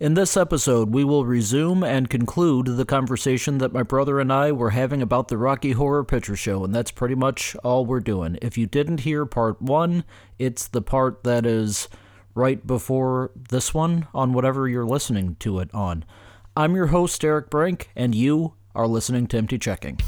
In this episode, we will resume and conclude the conversation that my brother and I were having about the Rocky Horror Picture Show, and that's pretty much all we're doing. If you didn't hear part one, it's the part that is right before this one on whatever you're listening to it on. I'm your host, Eric Brink, and you are listening to Empty Checking.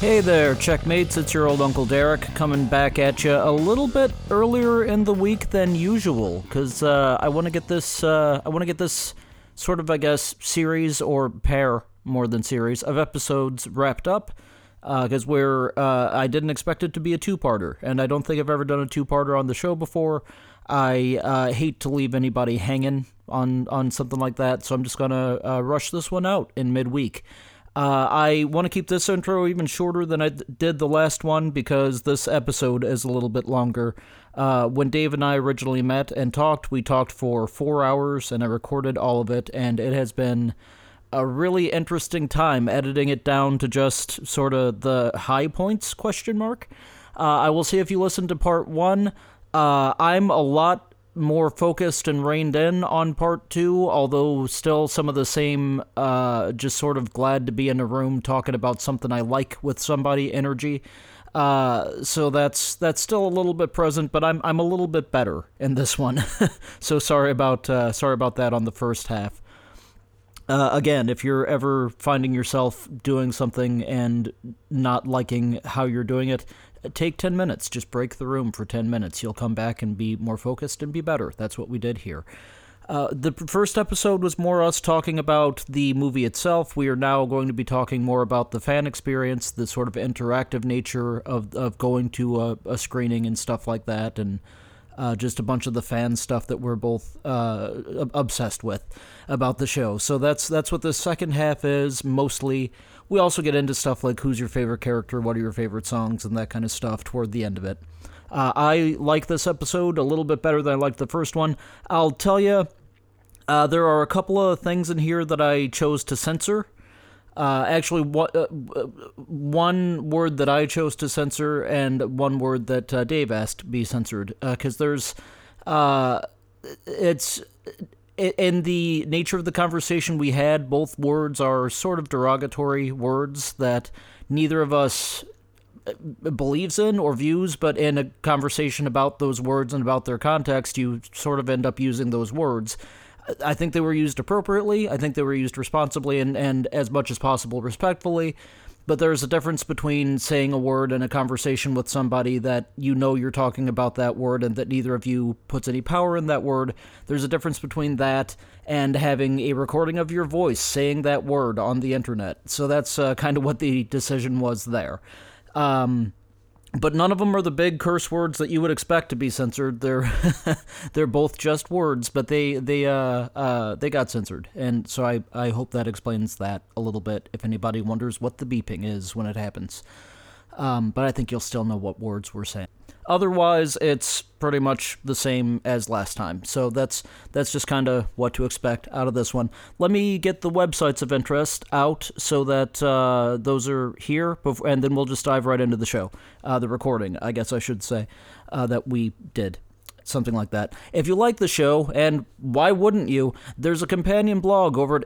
Hey there, checkmates. It's your old Uncle Derek coming back at you a little bit earlier in the week than usual cuz uh, I want to get this uh, I want to get this sort of I guess series or pair more than series of episodes wrapped up because we're uh, I didn't expect it to be a two-parter, and I don't think I've ever done a two-parter on the show before. I uh, hate to leave anybody hanging on on something like that, so I'm just gonna uh, rush this one out in midweek. Uh, I want to keep this intro even shorter than I d- did the last one because this episode is a little bit longer. Uh, when Dave and I originally met and talked, we talked for four hours, and I recorded all of it, and it has been a really interesting time editing it down to just sort of the high points question mark uh, i will see if you listen to part one uh, i'm a lot more focused and reined in on part two although still some of the same uh, just sort of glad to be in a room talking about something i like with somebody energy uh, so that's that's still a little bit present, but I'm I'm a little bit better in this one. so sorry about uh, sorry about that on the first half uh, again, if you're ever finding yourself doing something and not liking how you're doing it, take 10 minutes. Just break the room for 10 minutes. You'll come back and be more focused and be better. That's what we did here. Uh, the p- first episode was more us talking about the movie itself. We are now going to be talking more about the fan experience, the sort of interactive nature of, of going to a, a screening and stuff like that, and uh, just a bunch of the fan stuff that we're both uh, ob- obsessed with about the show. So that's that's what the second half is mostly. We also get into stuff like who's your favorite character, what are your favorite songs, and that kind of stuff toward the end of it. Uh, I like this episode a little bit better than I liked the first one. I'll tell you, uh, there are a couple of things in here that I chose to censor. Uh, actually, what, uh, one word that I chose to censor and one word that uh, Dave asked be censored because there's uh, it's i- in the nature of the conversation we had. Both words are sort of derogatory words that neither of us believes in or views, but in a conversation about those words and about their context, you sort of end up using those words. I- I think they were used appropriately. I think they were used responsibly and, and as much as possible respectfully. But there's a difference between saying a word in a conversation with somebody that you know you're talking about that word and that neither of you puts any power in that word. There's a difference between that and having a recording of your voice saying that word on the internet. So that's uh, kind of what the decision was there. Um, but none of them are the big curse words that you would expect to be censored. They're they're both just words, but they they uh, uh, they got censored, and so I I hope that explains that a little bit. If anybody wonders what the beeping is when it happens, um, but I think you'll still know what words we're saying. Otherwise, it's pretty much the same as last time. So that's that's just kind of what to expect out of this one. Let me get the websites of interest out so that uh, those are here, before, and then we'll just dive right into the show, uh, the recording, I guess I should say, uh, that we did something like that. If you like the show, and why wouldn't you, there's a companion blog over at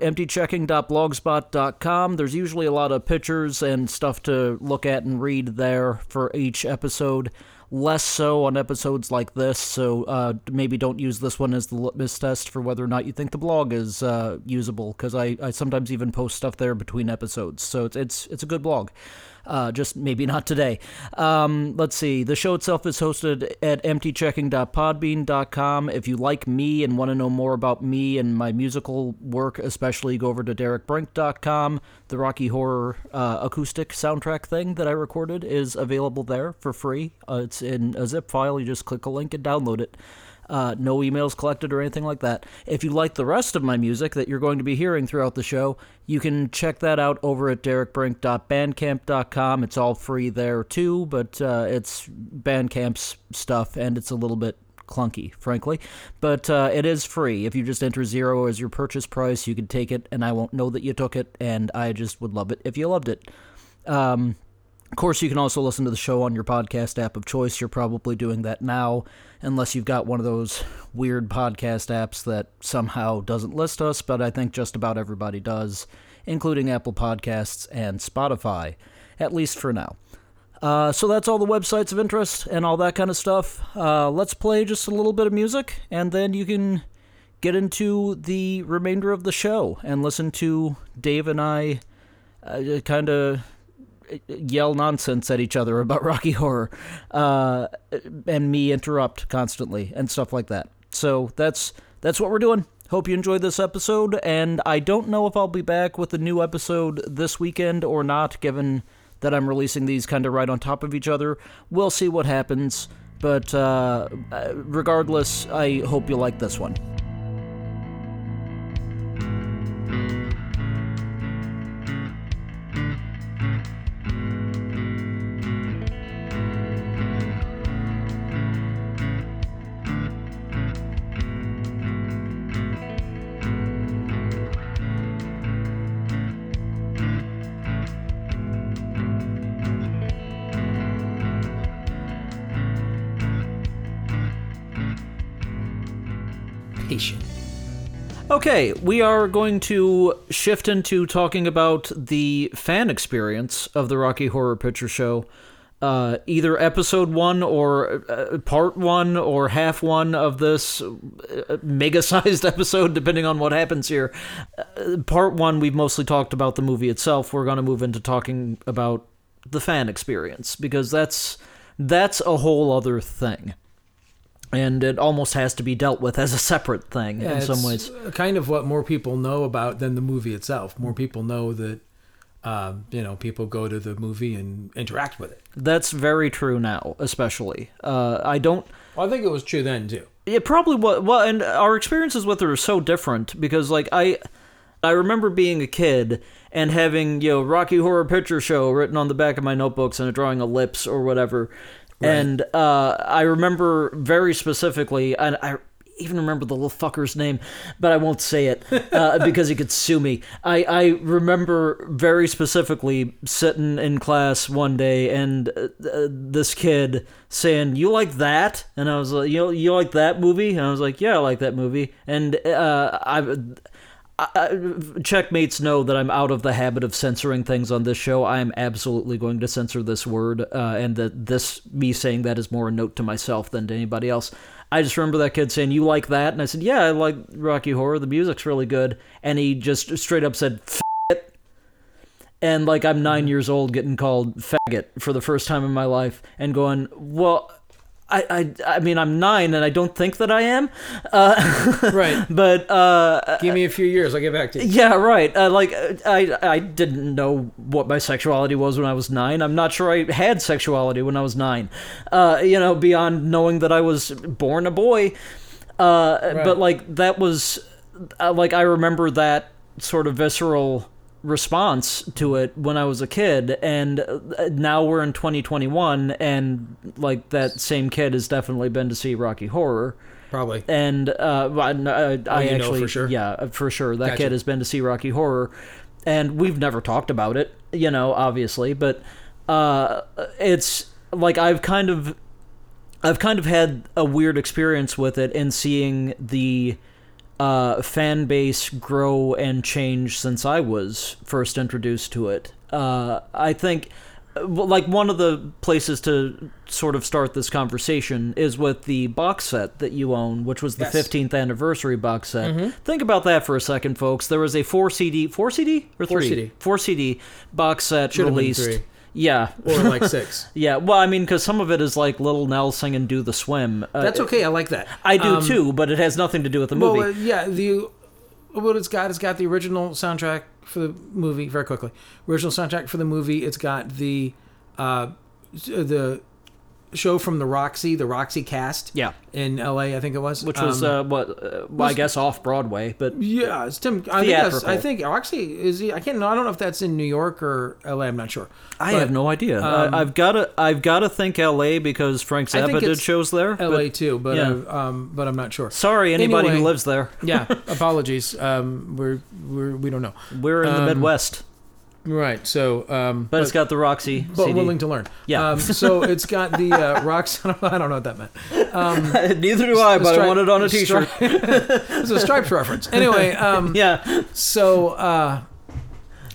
emptychecking.blogspot.com. There's usually a lot of pictures and stuff to look at and read there for each episode. Less so on episodes like this, so uh, maybe don't use this one as the litmus test for whether or not you think the blog is uh, usable. Because I, I sometimes even post stuff there between episodes, so it's it's, it's a good blog uh, just maybe not today. Um, let's see. The show itself is hosted at emptychecking.podbean.com. If you like me and want to know more about me and my musical work, especially, go over to derekbrink.com. The Rocky Horror uh, acoustic soundtrack thing that I recorded is available there for free. Uh, it's in a zip file. You just click a link and download it. Uh, Uh, no emails collected or anything like that. If you like the rest of my music that you're going to be hearing throughout the show, you can check that out over at derekbrink.bandcamp.com. It's all free there too, but uh, it's Bandcamp's stuff and it's a little bit clunky, frankly. But uh, it is free. If you just enter zero as your purchase price, you can take it, and I won't know that you took it, and I just would love it if you loved it. Um, of course, you can also listen to the show on your podcast app of choice. You're probably doing that now, unless you've got one of those weird podcast apps that somehow doesn't list us, but I think just about everybody does, including Apple Podcasts and Spotify, at least for now. Uh, so that's all the websites of interest and all that kind of stuff. Uh, let's play just a little bit of music, and then you can get into the remainder of the show and listen to Dave and I uh, kind of yell nonsense at each other about Rocky Horror, uh, and me interrupt constantly and stuff like that. So that's that's what we're doing. Hope you enjoyed this episode, and I don't know if I'll be back with a new episode this weekend or not, given that I'm releasing these kind of right on top of each other. We'll see what happens, but uh, regardless, I hope you like this one. Okay, we are going to shift into talking about the fan experience of the Rocky Horror Picture Show. Uh, either episode one or uh, part one or half one of this uh, mega sized episode, depending on what happens here. Uh, part one, we've mostly talked about the movie itself. We're going to move into talking about the fan experience because that's that's a whole other thing. And it almost has to be dealt with as a separate thing in some ways. kind of what more people know about than the movie itself. More people know that um, you know people go to the movie and interact with it. That's very true now, especially. Uh, I don't. Well, I think it was true then too. It probably was. Well, and our experiences with her are so different because, like, I. I remember being a kid and having, you know, Rocky Horror Picture Show written on the back of my notebooks and drawing a lips or whatever. And uh, I remember very specifically, and I even remember the little fucker's name, but I won't say it uh, because he could sue me. I, I remember very specifically sitting in class one day and uh, uh, this kid saying, "You like that?" And I was like, "You you like that movie?" And I was like, "Yeah, I like that movie." And uh, I. I- I, Uh, checkmates know that I'm out of the habit of censoring things on this show. I am absolutely going to censor this word, uh, and that this me saying that is more a note to myself than to anybody else. I just remember that kid saying, "You like that?" and I said, "Yeah, I like Rocky Horror. The music's really good." And he just straight up said, F- it. and like I'm nine years old, getting called faggot for the first time in my life, and going, "Well." I, I, I mean I'm nine and I don't think that I am, uh, Right. but uh, Give me a few years, I'll get back to you. yeah, right. Uh, like uh, I, I didn't know what my sexuality was when I was nine. I'm not sure I had sexuality when I was nine. Uh, you know, beyond knowing that I was born a boy. Uh, But like that was, uh, like I remember that sort of visceral response to it when I was a kid, and uh, now we're in 2021, and like that same kid has definitely been to see Rocky Horror Probably. and uh, well, I, I Oh, you know actually, for sure? yeah, uh, for sure, that Gotcha. kid has been to see Rocky Horror, and we've never talked about it, you know, obviously, but uh, it's like I've kind of, I've kind of had a weird experience with it in seeing the uh, fan base grow and change since I was first introduced to it. Uh, I think, uh, well, like, one of the places to sort of start this conversation is with the box set that you own, which was the Yes. Mm-hmm. 15th anniversary box set. Think about that for a second, folks. There was a four CD, four CD or Four three, CD. four CD box set Should've been released. three. Yeah, Or like six. yeah. Well, I mean, because some of it is like Little Nell singing "Do the Swim." Uh, That's okay. I like that. I do Um, too, but it has nothing to do with the movie. Well, uh, yeah, the what it's got, it's got the original soundtrack for the movie. Very quickly, original soundtrack for the movie. It's got the uh, the show from the Roxy, the Roxy cast. Yeah. In LA, I think it was. Which was Um, uh, what? Uh, well, I guess off Broadway, but yeah, it's Tim. I think, that's, Theatrical. I think Roxy is. he- I can't. I don't know if that's in New York or LA. I'm not sure. I But have no idea. I, I've got to I've got to think L.A. because Frank Um, I think Zappa did it's shows there. LA but too, but yeah. uh, um, but I'm not sure. sorry, anybody who Anyway. lives there, yeah, apologies. Um, we're we're we don't know. we're in Um, the Midwest, Right. So, um, but, it's got the Roxy. but CD. willing to learn. Yeah. Um, so it's got the uh, rocks. I don't know what that meant. Neither do I, but I Stri- want it on a T-shirt. Stri- it's a stripes reference. Anyway, um, yeah, so uh,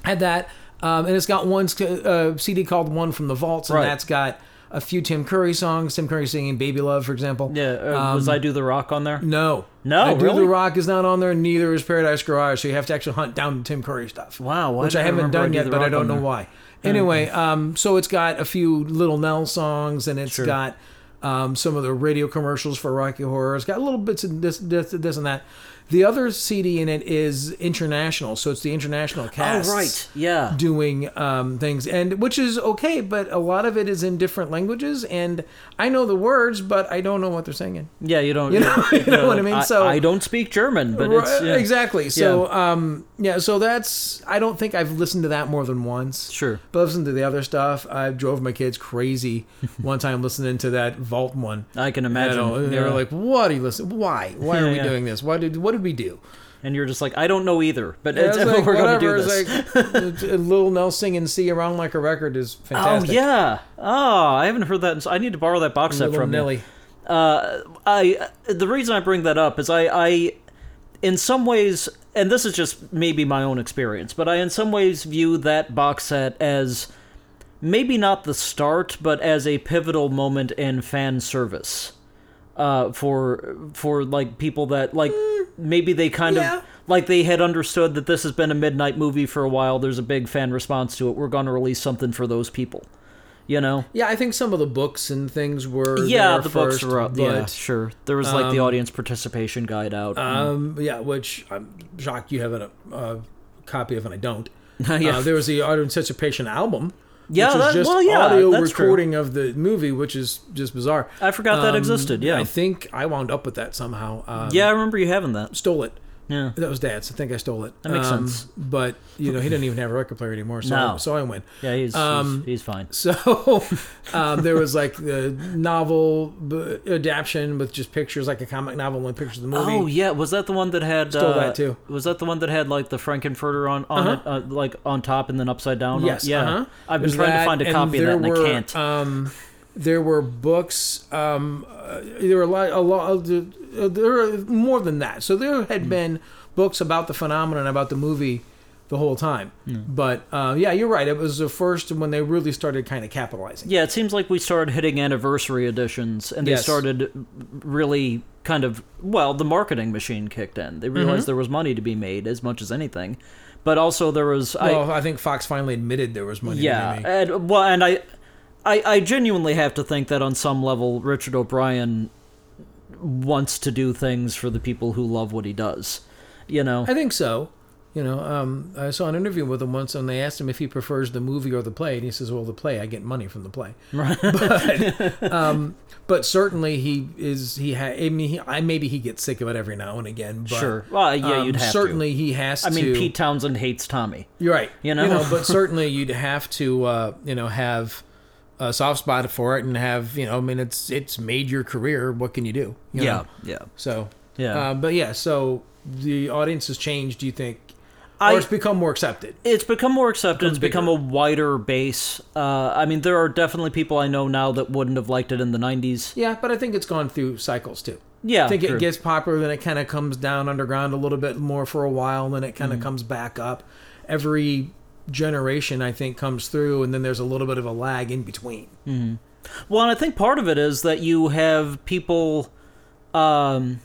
had that, um, and it's got one sc- uh, CD called "One from the Vaults," and Right. that's got a few Tim Curry songs. Tim Curry singing "Baby Love," for example. yeah. Uh, Um, was I do the rock on there? No, No, I Do really? the Rock is not on there. Neither is Paradise Garage. So you have to actually hunt down Tim Curry stuff. Wow, why which did I I haven't remember I done Do yet, the but Rock I on don't know there? why. Anyway, um, so it's got a few Little Nell songs, and it's got um, some of the radio commercials for Rocky Horror. It's got little bits of this, this, this, and that. The other CD in it is international, so it's the international Oh cast right, yeah. doing um, things, and which is okay, but a lot of it is in different languages, and I know the words, but I don't know what they're singing. Yeah, you don't. You know- you know what I mean? So- I don't speak German, but it's Right, yeah, exactly. So yeah. um yeah, so that's I don't think I've listened to that more than once. Sure. But I've listened to the other stuff. I drove my kids crazy one time listening to that Vault one. I can You imagine. know, and they were yeah. like, "What are you listening? Why? Why are Yeah, we yeah. doing this? Why did? What did we do?" and you're just like, I don't know either, but And it's, I was like, we're going to do "Whatever." this. It's like, Lil Nell singing "See Around Like a Record" is oh fantastic. yeah. Oh, I haven't heard that. in s- I need to borrow that box set Little from you. Nelly. uh, I the reason I bring that up is I, I in some ways and this is just maybe my own experience, but I in some ways view that box set as maybe not the start, but as a pivotal moment in fan service. Uh, for for like people that like maybe they kind yeah. of like they had understood that this has been a midnight movie for a while. There's a big fan response to it. We're going to release something for those people, you know. Yeah, I think some of the books and things were Yeah, there the first, books were up. But, yeah, sure. There was like the audience participation guide out. Um, yeah, which I'm shocked you have a, a copy of, and I don't. Yeah. uh, there was the audio anticipation album. Yeah, which is that- just well, yeah, audio that's true. recording of the movie, which is just bizarre. Um, I forgot that existed, yeah. I think I wound up with that somehow. Um, yeah, I remember you having that. stole it. Yeah. That was dad's. I think I stole it. That makes sense. But you know, he didn't even have a record player anymore, so No. I, so I win. Yeah, he's Um, he's, he's fine. So um, there was like the novel b- adaptation with just pictures, like a comic novel and pictures of the movie. Oh yeah, was that the one that had Stole uh, that, too. Uh-huh. Was that the one that had like the Frankenfurter on on it, uh, like on top and then upside down? on- Yes. yeah. Uh-huh. I've been There's trying that, to find a and copy of there that and were, I can't. Um, there were books. Um, uh, there were a lot. A lot of the- uh, there were more than that. So there had Hmm. been books about the phenomenon, about the movie, the whole time. Hmm. But uh, yeah, you're right. It was the first when they really started kind of capitalizing. yeah, it seems like we started hitting anniversary editions, and they Yes. started really kind of well, the marketing machine kicked in. They realized Mm-hmm. there was money to be made as much as anything, but also there was I, Well, I think Fox finally admitted there was money. yeah to be made. and well and I, I i genuinely have to think that on some level richard o'brien wants to do things for the people who love what he does you know I think so. You know, um, I saw an interview with him once, and they asked him if he prefers the movie or the play, and he says, "Well, the play. I get money from the play." Right. But, um, but certainly he is. He ha- I mean, he, I maybe he gets sick of it every now and again. But, um, Sure. Well, yeah, you'd have to. certainly he has. i mean to, pete townsend hates tommy You're right. you know? but certainly you'd have to. Uh, you know, have a soft spot for it, and have you know. I mean, it's it's made your career. What can you do? You know? yeah So Yeah. uh, but yeah, so the audience has changed. Do you think, I- or it's become more accepted? it's become more accepted. It's become a wider base. Uh, I mean, there are definitely people I know now that wouldn't have liked it in the '90s. Yeah, but I think it's gone through cycles too. Yeah, I think true. it gets popular, then it kind of comes down underground a little bit more for a while, then it kind of comes back up. Every generation, I think, comes through, and then there's a little bit of a lag in between. Well, and I think part of it is that you have people. Um,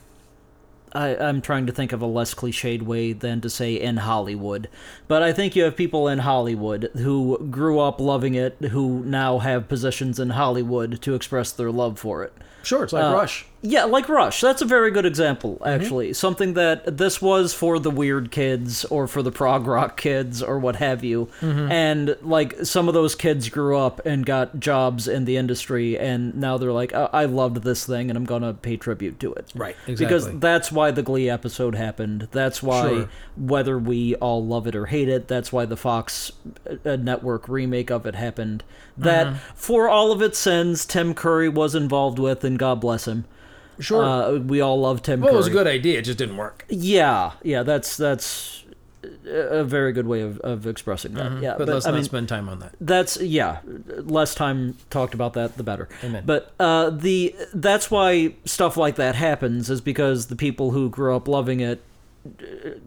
I, I'm trying to think of a less cliched way than to say in Hollywood, but I think you have people in Hollywood who grew up loving it, who now have positions in Hollywood to express their love for it. Sure, it's like Uh, Rush. Yeah, like Rush. That's a very good example, Mm-hmm. actually. Something that this was for the weird kids or for the prog rock kids or what have you. Mm-hmm. And like some of those kids grew up and got jobs in the industry, and now they're like, I, I loved this thing and I'm going to pay tribute to it. Right, Because exactly. that's why the Glee episode happened. That's why, Sure. whether we all love it or hate it, that's why the Fox uh, Network remake of it happened. That, Mm-hmm. for all of its sins, Tim Curry was involved with, and God bless him. Sure. Uh, we all love Tim well, it Curry. was a good idea. It just didn't work. Yeah, yeah. That's that's a a very good way of, of expressing that. Yeah, Mm-hmm. But, let's I not mean, spend time on that. that's yeah. Less time talked about that, the better. Amen. But uh, the that's why stuff like that happens is because the people who grew up loving it uh,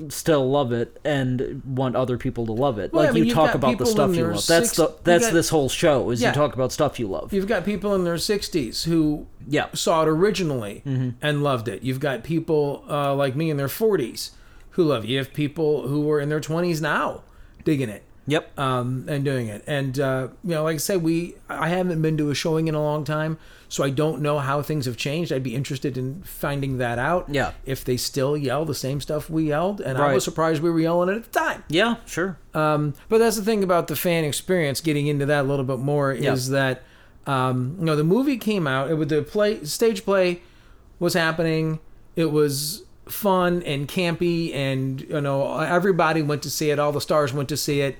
still love it and want other people to love it. Well, like I mean, you you've talk got about the people in stuff you their love. That's six- the you that's got- this whole show is Yeah. you talk about stuff you love. You've got people in their 60s who Yeah. saw it originally and loved it. You've got people uh, like me in their 40s who love it. You have people who are in their 20s now digging it Yep. um, and doing it. And uh, you know, like I said, we I haven't been to a showing in a long time, so I don't know how things have changed. I'd be interested in finding that out. Yeah. if they still yell the same stuff we yelled, and I Right. was surprised we were yelling it at the time. Yeah. Sure. Um, but that's the thing about the fan experience. Getting into that a little bit more Yeah. is that um, you know the movie came out. It was the play stage play was happening. It was fun and campy, and you know everybody went to see it. All the stars went to see it.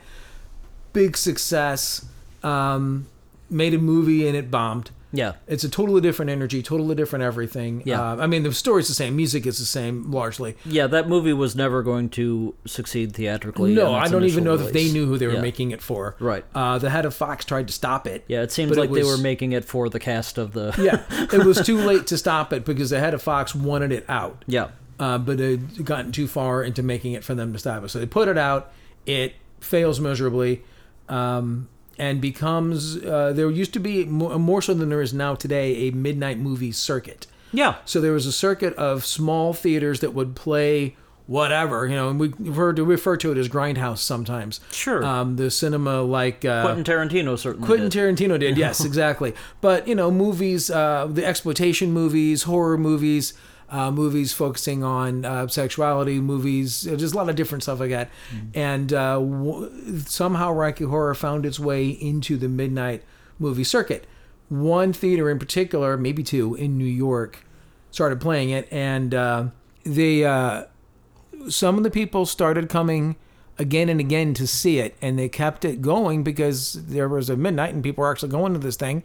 Big success. Um, made a movie and it bombed. Yeah. It's a totally different energy, totally different everything. Yeah. Uh, I mean, the story's the same, music is the same largely. Yeah, that movie was never going to succeed theatrically. No, in its I don't even know initial if they release. knew who they were Yeah. making it for. Right. Uh, the head of Fox tried to stop it. Yeah, it seems but it like they was- were making it for the cast of the. Yeah. it was too late to stop it because the head of Fox wanted it out, Yeah. uh, but it had gotten too far into making it for them to stop it. So they put it out. It fails miserably um, and becomes. Uh, there used to be, more, more so than there is now today, a midnight movie circuit. Yeah. So there was a circuit of small theaters that would play whatever, you know, and we refer to, refer to it as grindhouse sometimes. Sure. Um, the cinema like uh, Uh, Quentin Tarantino certainly. Quentin did. Tarantino did, yes, exactly. But you know, movies, uh, the exploitation movies, horror movies, uh, movies focusing on uh, sexuality, movies, uh, just a lot of different stuff like that. Mm-hmm. And uh, w- somehow, Rocky Horror found its way into the midnight movie circuit. One theater in particular, maybe two, in New York, started playing it, and uh, they. Uh, some of the people started coming again and again to see it, and they kept it going because there was a midnight and people were actually going to this thing.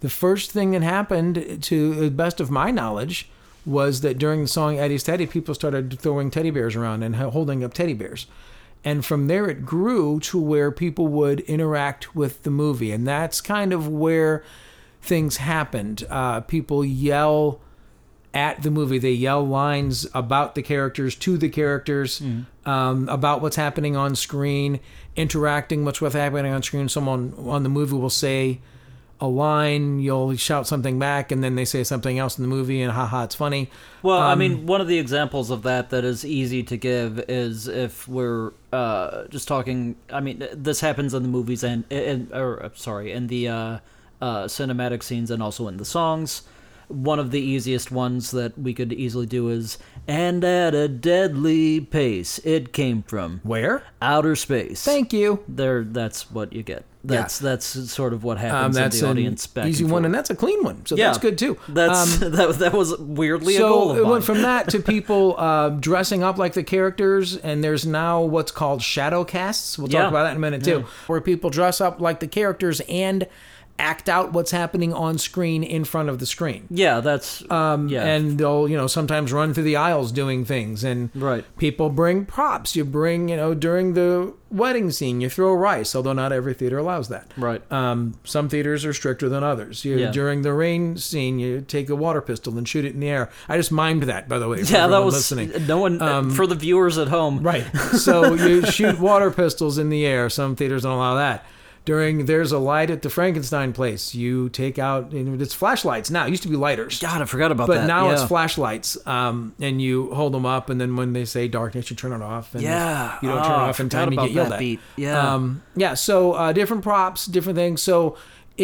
The first thing that happened, to the best of my knowledge, was that during the song Eddie's Teddy, people started throwing teddy bears around and h- holding up teddy bears. And from there, it grew to where people would interact with the movie. And that's kind of where things happened. Uh, people yell at the movie. They yell lines about the characters to the characters, um, about what's happening on screen, interacting what's what's happening on screen. Someone on the movie will say a line, you'll shout something back, and then they say something else in the movie, and haha, it's funny. Well, I Um, mean, one of the examples of that that is easy to give is if we're uh, just talking. I mean, this happens in the movies and, and or uh, sorry, in the uh, uh, cinematic scenes and also in the songs. One of the easiest ones that we could easily do is, and at a deadly pace, it came from Where? outer space. Thank you. there that's what you get that's that's sort of what Um, happens that's in the an audience back easy and one, forth. and that's a clean one, so yeah that's good too. Um, that's that, that was weirdly a goal so uh, of it mine. went from that to people uh, dressing up like the characters, and there's now what's called shadow casts. We'll Yeah. talk about that in a minute too, where people dress up like the characters and act out what's happening on screen in front of the screen. yeah that's um yeah And they'll, you know, sometimes run through the aisles doing things, and Right. people bring props. You bring, you know, during the wedding scene, you throw rice, although not every theater allows that. right Um, some theaters are stricter than others. You, Yeah. During the rain scene, you take a water pistol and shoot it in the air. I just mimed that, by the way. for yeah that everyone was listening. Um, no one for the viewers at home Right. So you shoot water pistols in the air. Some theaters don't allow that. During there's a light at the Frankenstein place. You take out and it's flashlights now. It used to be lighters, god i forgot about but that now it's Yeah. flashlights. Um, and you hold them up, and then when they say darkness, you turn it off. And yeah if you don't turn Oh, it I off in forgot time, you about get yelled that at. beat yeah Um, yeah. So uh, different props, different things. So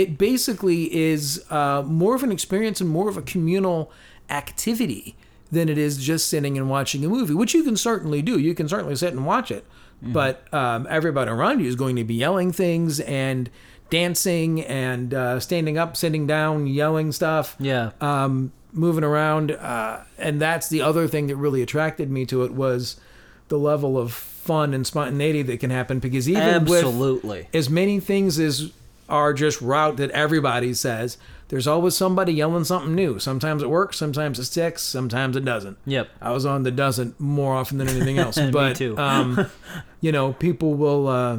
it basically is uh, more of an experience and more of a communal activity than it is just sitting and watching a movie, which you can certainly do. You can certainly sit and watch it, but um, everybody around you is going to be yelling things and dancing and uh, standing up, sitting down, yelling stuff Yeah. um, moving around, uh, and that's the other thing that really attracted me to it was the level of fun and spontaneity that can happen because even with Absolutely. as many things as are just route that everybody says, there's always somebody yelling something new. Sometimes it works, sometimes it sticks, sometimes it doesn't. Yep. I was on the doesn't more often than anything else. Me but too. um, you know, people will uh,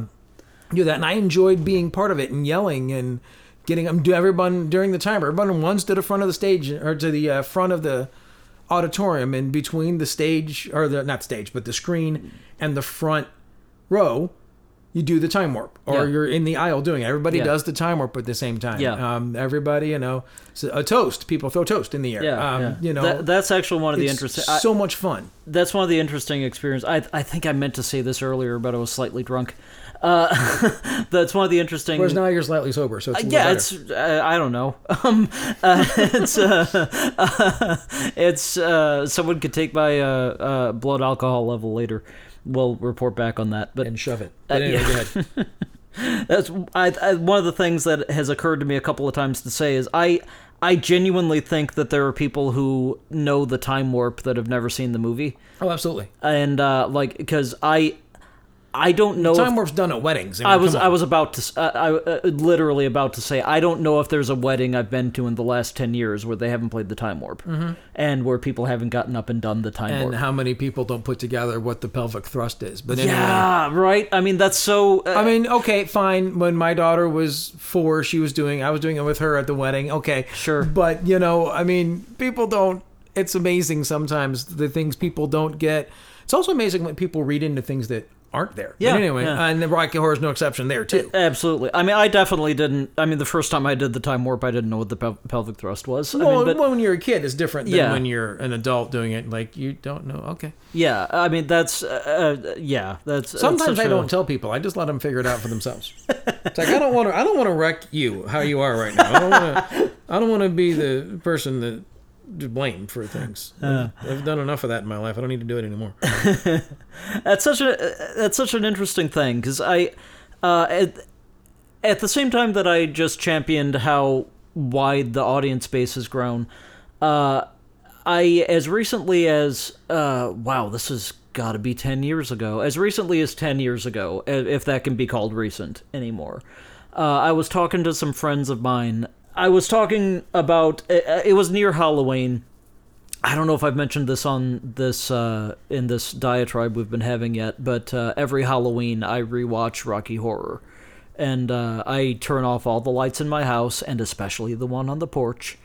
do that, and I enjoyed being part of it and yelling and getting them. Do everyone during the time? Everyone runs to the front of the stage or to the uh, front of the auditorium, and between the stage or the not stage, but the screen and the front row. You do the time warp, Yeah. or you're in the aisle doing it. Everybody Yeah. does the time warp at the same time. Yeah. Um, everybody, you know, so a toast. People throw toast in the air. Yeah, Um, yeah. You know, That- that's actually one of the it's interesting. I- So much fun. that's one of the interesting experience. I I think I meant to say this earlier, but I was slightly drunk. Uh, that's one of the interesting. uh, Whereas now you're slightly sober, so it's a little yeah, better. it's Mm-hmm. uh, I don't know. Um, uh, it's uh, it's uh, someone could take my uh, uh, blood alcohol level later. We'll report back on that. But and shove it. Uh, But anyway, yeah. go ahead. that's I, I, one of the things that has occurred to me a couple of times to say is I I genuinely think that there are people who know the time warp that have never seen the movie Oh, absolutely. and uh, like because I I don't know. if- Time warp's done at weddings. mean, I was come I on. was about to s- uh, I uh, literally about to say I don't know if there's a wedding I've been to in the last ten years where they haven't played the time warp and where people haven't gotten up and done the time Mm-hmm. And warp. how many people don't put together what the pelvic thrust is? But anyway. yeah, right. I mean that's so. Uh, I mean, okay, fine. When my daughter was four, she was doing. I was doing it with her at the wedding. Okay, Sure. But you know, I mean, people don't. It's amazing sometimes the things people don't get. It's also amazing when people read into things that aren't there. Yeah, But anyway, yeah. and the Rocky Horror is no exception there too. Absolutely. I mean, I definitely didn't. I mean, the first time I did the time warp, I didn't know what the pel- pelvic thrust was. I well, mean, but when you're a kid, it's different than Yeah. when you're an adult doing it. Like you don't know. Okay. yeah, I mean that's uh, uh, yeah, that's that's Sometimes such I a- don't tell people. I just let them figure it out for themselves. it's like I don't want to. I don't want to wreck you how you are right now. I don't want to. I don't want to be the person that to blame for things. I've, I've done enough of that in my life. I don't need to do it anymore. that's such a that's such an interesting thing because I, uh, at, at the same time that I just championed how wide the audience base has grown, uh, I as recently as uh, wow, this has got to be ten years ago. As recently as ten years ago, i- if that can be called recent anymore, uh, I was talking to some friends of mine. I was talking about it, it was near Halloween. I don't know if I've mentioned this on this uh, in this diatribe we've been having yet, but uh, every Halloween I rewatch Rocky Horror, and uh, I turn off all the lights in my house and especially the one on the porch,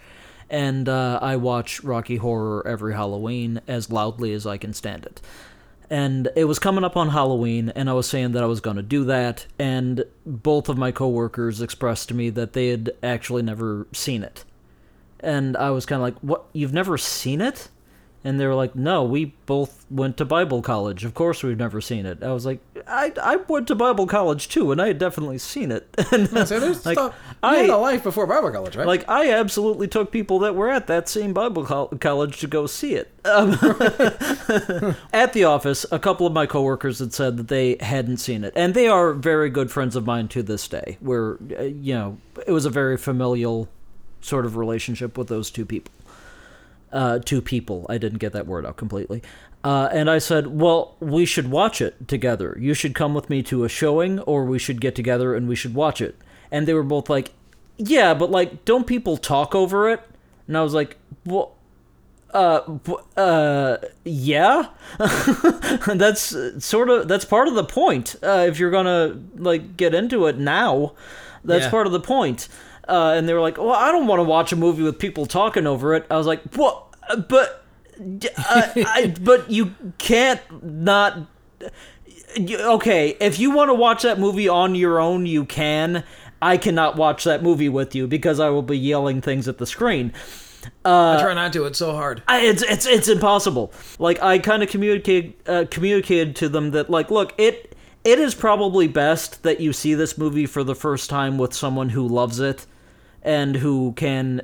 and uh, I watch Rocky Horror every Halloween as loudly as I can stand it. And it was coming up on Halloween, and I was saying that I was going to do that, and both of my coworkers expressed to me that they had actually never seen it and I was kind of like, "What? You've never seen it?" And they were like, "No, we both went to Bible college. Of course, we've never seen it." I was like, "I I went to Bible college too, and I had definitely seen it." And So there's Like, stuff. I- you had a life before Bible college, right? like I absolutely took people that were at that same Bible col- college to go see it. Um, at the office, a couple of my coworkers had said that they hadn't seen it, and they are very good friends of mine to this day. Where uh, you know it was a very familial sort of relationship with those two people. Uh, two people. I didn't get that word out completely. Uh, and I said, "Well, we should watch it together. You should come with me to a showing, or we should get together and we should watch it." And they were both like, "Yeah, but like, don't people talk over it?" And I was like, "Well." uh, b- uh, yeah, that's uh, sort of that's part of the point. Uh, if you're gonna like get into it now, that's Yeah. part of the point. Uh, and they were like, "Well, I don't want to watch a movie with people talking over it." I was like, "What?" Uh, But, d- uh, I, but you can't not. you- Okay, if you want to watch that movie on your own, you can. I cannot watch that movie with you because I will be yelling things at the screen. I try not to. It's so hard. I, it's it's it's impossible. Like I kind of communicated uh, communicated to them that like, look, it it is probably best that you see this movie for the first time with someone who loves it and who can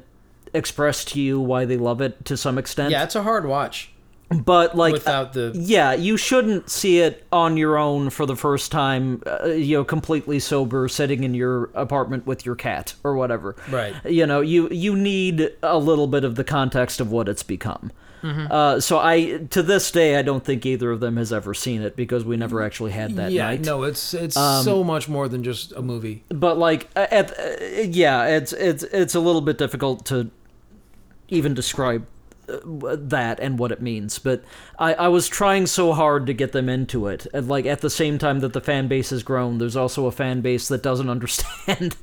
express to you why they love it to some extent. Yeah, it's a hard watch But like without the. yeah, you shouldn't see it on your own for the first time, uh, you know, completely sober, sitting in your apartment with your cat or whatever. Right. You know, you you need a little bit of the context of what it's become. Mm-hmm. Uh, so I, to this day, I don't think either of them has ever seen it because we never actually had that yeah, night. no, it's it's so much more than just a movie. But like, uh, at uh, yeah, it's it's it's a little bit difficult to even describe uh, w- that and what it means. But I, I was trying so hard to get them into it. And like at the same time that the fan base has grown, there's also a fan base that doesn't understand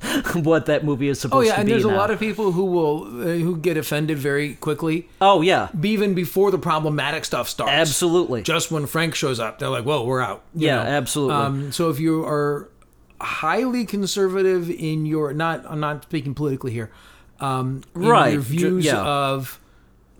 what that movie is Oh supposed yeah, to and be. there's a now. lot of people who will uh, who get offended very quickly, oh yeah, even before the problematic stuff starts. absolutely. Just when Frank shows up, they're like, "Whoa, we're out." you yeah, know? absolutely. Um, so if you are highly conservative in your not, I'm not speaking politically here, um, in Right, Your ju- views yeah. of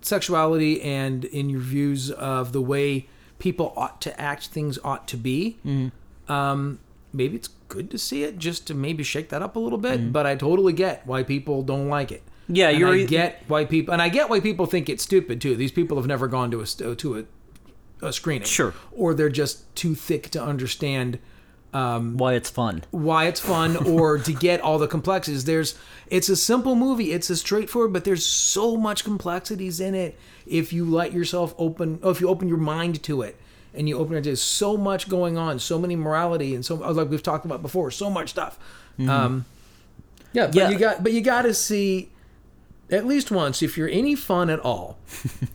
sexuality and in your views of the way people ought to act, things ought to be. Mm-hmm. Um, maybe it's good to see it just to maybe shake that up a little bit. But I totally get why people don't like it. Mm-hmm. Yeah, And you're e-, I ei- get why people, and I get why people think it's stupid too. These people have never gone to a st- to a a screening. Sure. Or they're just too thick to understand Why it's fun. why it's fun or to get all the complexities. There's it's a simple movie. It's a straightforward, but there's so much complexities in it if you let yourself open oh, if you open your mind to it and you open it to so much going on, so many morality and so like we've talked about before, so much stuff. Um yeah, but Yeah. you got but you got to see at least once if you're any fun at all.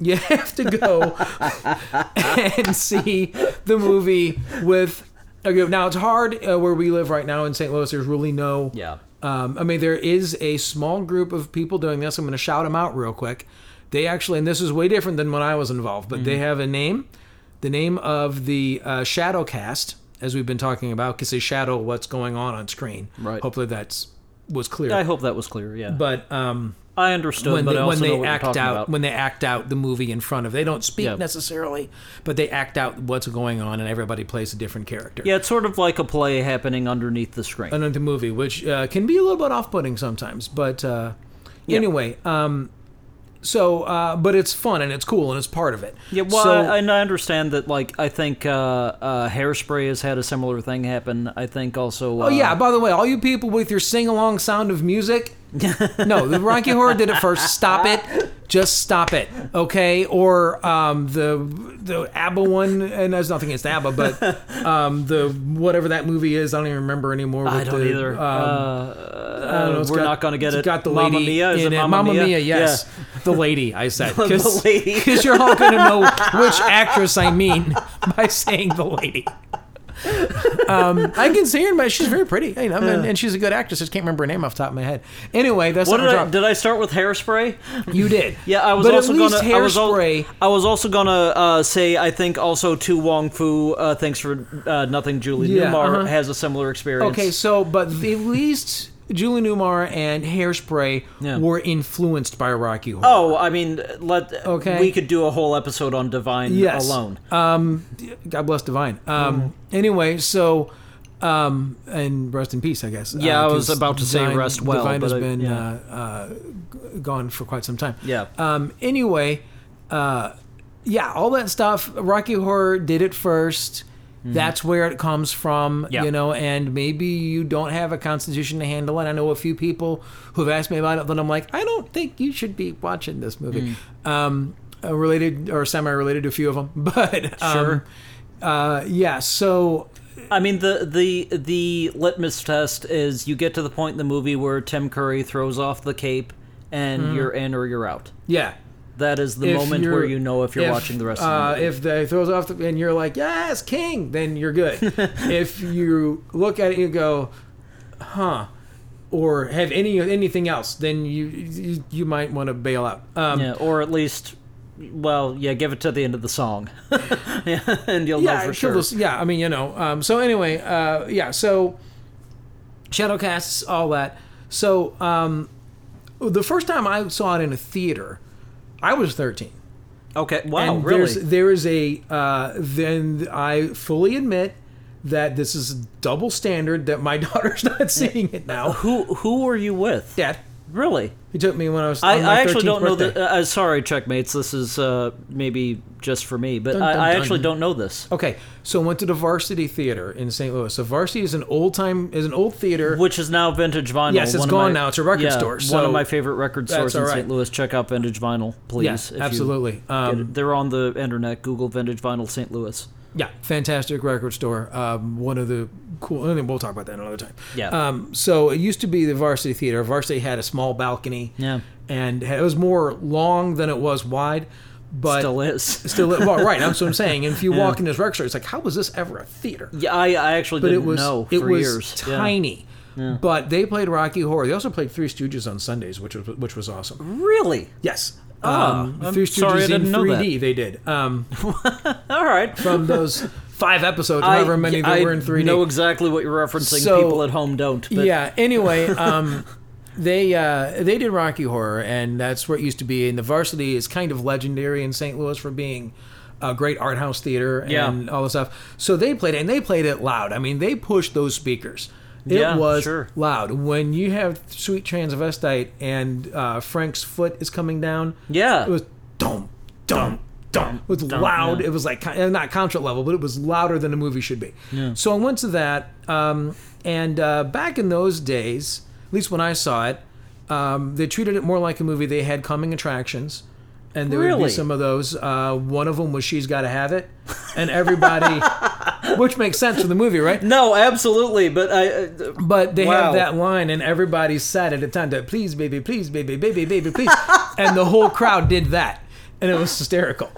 You have to go and see the movie with. Okay, now it's hard uh, where we live right now in St. Louis. There's really no. Yeah. Um, I mean, there is a small group of people doing this. I'm going to shout them out real quick. They actually, and this is way different than when I was involved, but they Mm-hmm. have a name. The name of the uh, shadow cast, as we've been talking about, because they shadow what's going on on screen. Right. Hopefully that's was clear. I hope that was clear. Yeah, but um, I understood, when but they, I also when know they what act you're out talking about. when they act out the movie in front of they don't speak Yeah. necessarily but they act out what's going on and everybody plays a different character yeah, it's sort of like a play happening underneath the screen. another movie which uh, can be a little bit off-putting sometimes but uh, Yeah. anyway um, so uh, but it's fun and it's cool and it's part of it Yeah, well, so, I, and I understand that. Like, I think uh, uh, Hairspray has had a similar thing happen. I think also. Uh, Oh yeah! By the way, all you people with your sing-along sound of music, no, the Rocky Horror did it first. Stop it! Just stop it, okay? Or um, the the ABBA one, and there's nothing against ABBA, but um, the whatever that movie is, I don't even remember anymore. I with don't the, either. um, uh, I don't know, uh, Oh, it's we're got- not going to get it's it. Got the Mamma lady Mia is in it it. Mamma Mamma Mia? Mia, yes, the lady. I said the lady. because you're all going to know which actress I mean by saying the lady. Um, I can see her, but she's very pretty, you know, and, and she's a good actress. I just can't remember her name off the top of my head. Anyway, that's What not did I, wrong. did I start with Hairspray? you did. Yeah, I was but also at least gonna. I was, al- hairspray. I was also gonna uh, say. I think also to Wong Fu. Uh, thanks for uh, nothing. Julie Yeah, Newmar uh-huh. has a similar experience. okay, so but at least Julie Newmar and Hairspray Yeah. were influenced by Rocky Horror. Oh, I mean, let Okay. we could do a whole episode on Divine Yes. alone. Mm-hmm. Um, God bless Divine. Um, Anyway, so um, and rest in peace, I guess. Uh, Yeah, I was 'cause about to say Divine- rest well, Divine has but I- been yeah. uh, uh, g- gone for quite some time. Yeah. Um, anyway, uh, yeah, all that stuff. Rocky Horror did it 1st That's where it comes from, Mm-hmm. Yeah. you know. And maybe you don't have a constitution to handle it. I know a few people who've asked me about it, but I'm like, I don't think you should be watching this movie. Mm. Um, uh, related or semi-related to a few of them, but um, Sure. Uh, yeah. So I mean the the the litmus test is you get to the point in the movie where Tim Curry throws off the cape and you're in or you're out. yeah, That is the Hmm. if moment where you're- you know if you're if, watching the rest of the uh, movie. If they throws off the, and you're like, yes, king, then you're good. if you look at it and go, huh, or have any anything else, then you you, you might want to bail out. Um, yeah, or at least well, yeah, give it to the end of the song. yeah, and you'll know yeah, for kill sure. those- yeah. I mean, you know. Um, so anyway, uh, yeah. So shadow casts, all that. So um, the first time I saw it in a theater, I was 13. Okay. Wow, and Oh, really? there's there is a uh, then I fully admit that this is double standard that my daughter's not seeing it now. Who who were you with? Dad, Really? He took me when I was. I, on my I actually 13th don't know birthday. that. Uh, sorry, checkmates. This is uh, maybe just for me, but Dun, I, dun, I dun. actually don't know this. Okay, so I went to the Varsity Theater in St. Louis. So Varsity is an old time is an old theater. Which is now vintage vinyl. Yes, it's one of gone my- now. It's a record yeah, store, one of so my favorite record that's stores in all St. right. Louis. Check out vintage vinyl, please. yes, if you absolutely. get Um, it. They're on the internet. Google vintage vinyl St. Louis. yeah, fantastic record store. Um, one of the cool. I think we'll talk about that another time. Yeah. Um, so it used to be the Varsity Theater. Varsity had a small balcony. Yeah. And it was more long than it was wide, but Still is. still well, right. That's what I'm saying. And if you walk in this record store, it's like, how was this ever a theater? Yeah, I, I actually but didn't it was know it for was years. Yeah. tiny. But they played Rocky Horror. They also played Three Stooges on Sundays, which was which was awesome. Really? Yes, Um, Ah, I'm sorry I in didn't know 3D. They did um, All right. from those five episodes, however many there I were in 3D. know exactly what you're referencing. So- People at home don't. But yeah. Anyway, um, they uh, they did Rocky Horror, and that's where it used to be. And the Varsity is kind of legendary in St. Louis for being a great art house theater and Yeah. all this stuff. So they played it, and they played it loud. I mean, they pushed those speakers. It Yeah, was sure. loud. When you have Sweet Transvestite and uh, Frank's foot is coming down, Yeah. it was dum dum dum. It was Dum, loud. yeah. It was like kind of- not concert level, but it was louder than a movie should be. So I went to that, um, and uh, back in those days, at least when I saw it, um, they treated it more like a movie. They had coming attractions. And there would Really? be some of those. Uh, one of them was "She's Got to Have It," and everybody, which makes sense for the movie, right? No, absolutely. But I. Uh, But they Wow. have that line, and everybody sat at a time that please, baby, please, baby, baby, baby, please, and the whole crowd did that, and it was hysterical.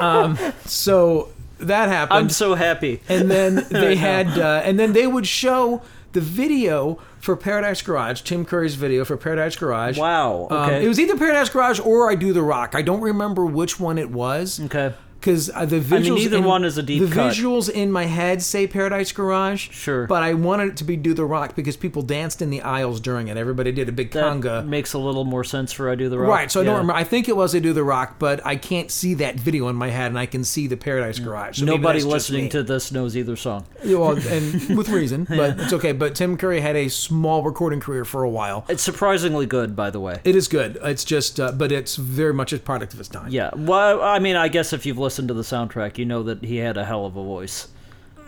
Um, so that I'm happened, so happy. and then they had, uh, and then they would show the video for Paradise Garage, Tim Curry's video for Paradise Garage. Wow. Um, Okay. it was either Paradise Garage or I Do the Rock. I don't remember which one it was. Okay. Because uh, the visuals, either in- one is a deep The cut. visuals in my head say Paradise Garage, Sure. but I wanted it to be Do the Rock because people danced in the aisles during it. Everybody did a big That conga, makes a little more sense for I do the rock. right? So I don't Yeah. remember. I think it was I Do the Rock, but I can't see that video in my head, and I can see the Paradise Garage. So maybe Nobody that's just listening me. to this knows either song. Yeah, well, and with reason, but it's okay. But Tim Curry had a small recording career for a while. It's surprisingly good, by the way. It is good. It's just, uh, but it's very much a product of its time. Yeah. Well, I mean, I guess if you've listened to the soundtrack, you know that he had a hell of a voice.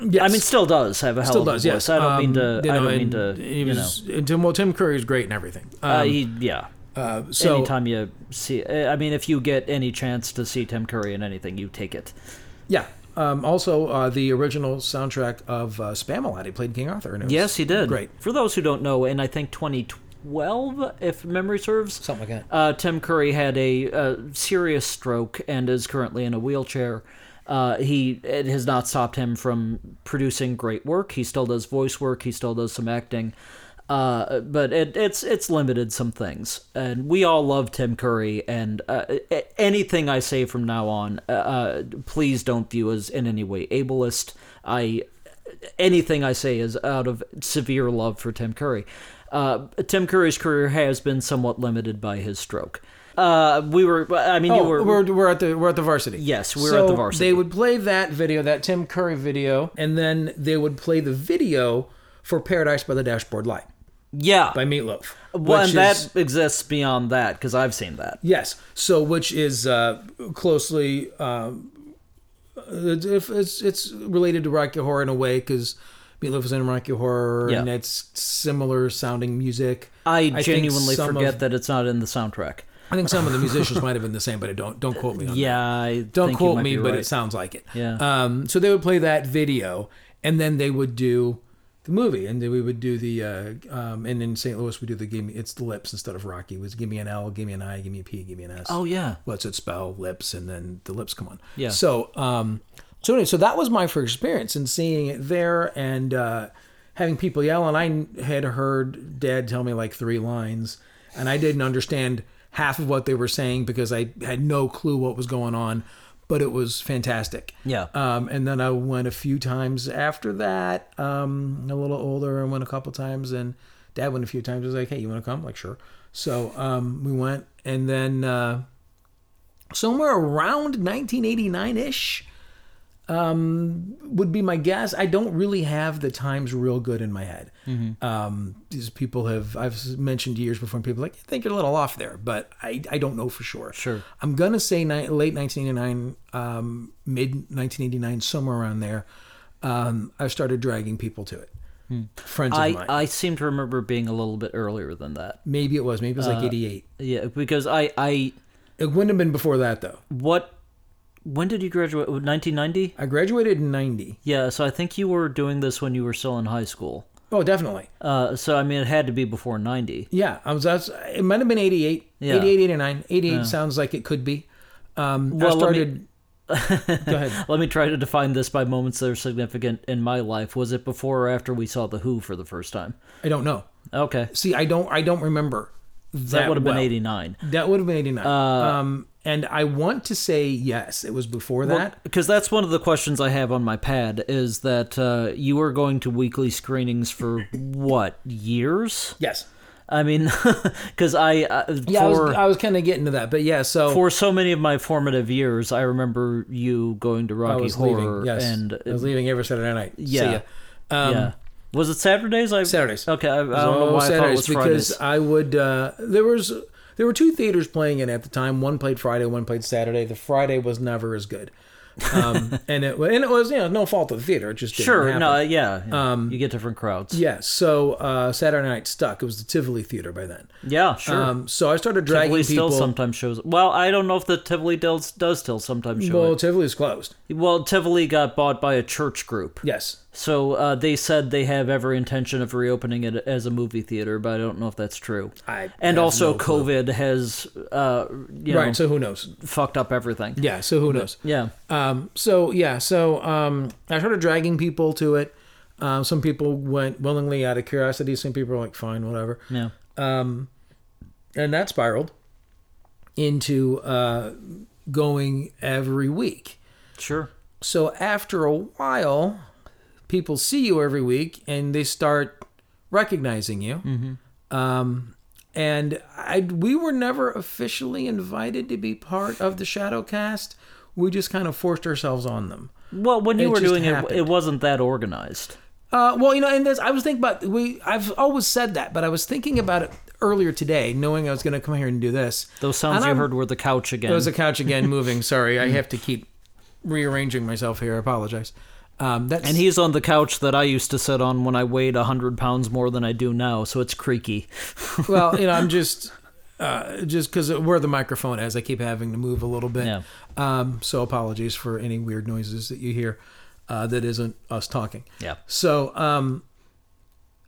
Yes. I mean, still does have a hell still of a does. voice. Yes, I don't Um, mean to. you I know, don't mean to. and He You know. was, and Tim, well, Tim Curry is great and everything. Um, Uh, he, yeah. uh, so Anytime you see, I mean, if you get any chance to see Tim Curry in anything, you take it. yeah. Um, also, uh, the original soundtrack of uh, Spamalot. He played King Arthur. And it was Yes, he did. Great. For those who don't know, in I think 2012, if memory serves, Something like that. uh, Tim Curry had a, uh serious stroke and is currently in a wheelchair. Uh, he it has not stopped him from producing great work. He still does voice work. He still does some acting, uh, but it, it's it's limited some things. And we all love Tim Curry. And uh, a- anything I say from now on, uh, uh, please don't view as in any way ableist. I anything I say is out of severe love for Tim Curry. Uh, Tim Curry's career has been somewhat limited by his stroke. Uh, we were, I mean, you Oh, were, we're, we're, at the we're at the varsity. Yes, we were are at the varsity. They would play that video, that Tim Curry video, and then they would play the video for Paradise by the Dashboard Light yeah. by Meatloaf. well, and which is- that exists beyond that because I've seen that. Yes. So, which is uh, closely, um, if it's it's related to Rocky Horror in a way because Meatloaf is in Rocky Horror Yeah. and it's similar sounding music. I, think genuinely some forget Of, that it's not in the soundtrack. I think some of the musicians might have been the same, but I don't don't quote me on that. Yeah, I Don't think you quote might me, be but right. it sounds like it. Yeah. Um. So they would play that video, and then they would do the movie, and then we would do the uh, um, and in St. Louis we do the give me it's the lips instead of Rocky It was give me an L, give me an I, give me a P, give me an S oh yeah, what's it spell lips and then the lips come on Yeah. so um so anyway so that was my first experience in seeing it there and uh having people yell and i had heard dad tell me like three lines and i didn't understand half of what they were saying because i had no clue what was going on but it was fantastic Yeah. um, and then I went a few times after that, um, a little older, and went a couple times. And dad went a few times. He was like, hey, you want to come? like, sure. So um, we went. And then uh, somewhere around 1989 ish, um, would be my guess. I don't really have the times real good in my head. Um, these people have I've mentioned years before, and people are like I think you're a little off there, but I, I don't know for sure. Sure. I'm gonna say ni- late 1989, um, mid 1989, somewhere around there. Um, I started dragging people to it. Friends of I, mine. I seem to remember being a little bit earlier than that. maybe it was. Maybe it was like 88. Yeah, because I, I It wouldn't have been before that though. what when did you graduate? 1990? I graduated in 90. Yeah, so I think you were doing this when you were still in high school. Oh, definitely. Uh, so I mean, it had to be before 90. Yeah, I was. That's, it might have been 88, Yeah. 88, 89. 88 sounds like it could be. Um, Well, I let me- started. go ahead. Let me try to define this by moments that are significant in my life. Was it before or after we saw The Who for the first time? I don't know. Okay. See, I don't. I don't remember. That, That would have been Uh, well. 89. That would have been 89. um, and I want to say yes, it was before that. Because that's one of the questions I have on my pad is that uh, you were going to weekly screenings for what, years? Yes. I mean, because I, uh, Yeah, I for, was, I was kind of getting to that, but yeah. So for so many of my formative years, I remember you going to I Rocky was Horror. leaving. Yes, And I was leaving every Saturday night. Yeah. See ya. Um, yeah. Was it Saturdays? I, Saturdays. Okay, I, I don't know Oh, why I thought it Saturdays was because Fridays. I would. Uh, there was there were two theaters playing it at the time. One played Friday, one played Saturday. The Friday was never as good, um, and it and it was you know no fault of the theater. It just didn't Sure. happen. No. Yeah. Um, you get different crowds. Yeah, so uh, Saturday night stuck. It was the Tivoli Theater by then. Yeah. Sure. Um, so I started dragging Tivoli people. still sometimes shows. Well, I don't know if the Tivoli does does still sometimes show. well, Tivoli's closed. it. Well, Tivoli got bought by a church group, Yes, so uh, they said they have every intention of reopening it as a movie theater, but I don't know if that's true. I and have also, no clue. COVID has uh, you know Right. So who knows? fucked up everything. Yeah. So who knows? Yeah. Um, so yeah, so um, I started dragging people to it. Um, some people went willingly out of curiosity. Some people were like, "Fine, whatever," Yeah. and that spiraled into uh, going every week. Sure. So after a while, people see you every week and they start recognizing you. Mm-hmm. Um, and I, we were never officially invited to be part of the shadow cast. We just kind of forced ourselves on them. Well, when you It were just doing happened. it, it wasn't that organized. Uh, well, you know, and this, I was thinking about we. I've always said that, but I was thinking about it earlier today, knowing I was going to come here and do this. Those sounds And you I'm- heard were the couch again. There was a couch again moving. Sorry, Mm. I have to keep rearranging myself here. I apologize. Um, that's And he's on the couch that I used to sit on when I weighed 100 pounds more than I do now, so it's creaky. well, you know, I'm just uh, just because where the microphone is, I keep having to move a little bit. Yeah. Um, so apologies for any weird noises that you hear uh, that isn't us talking. Yeah. So um,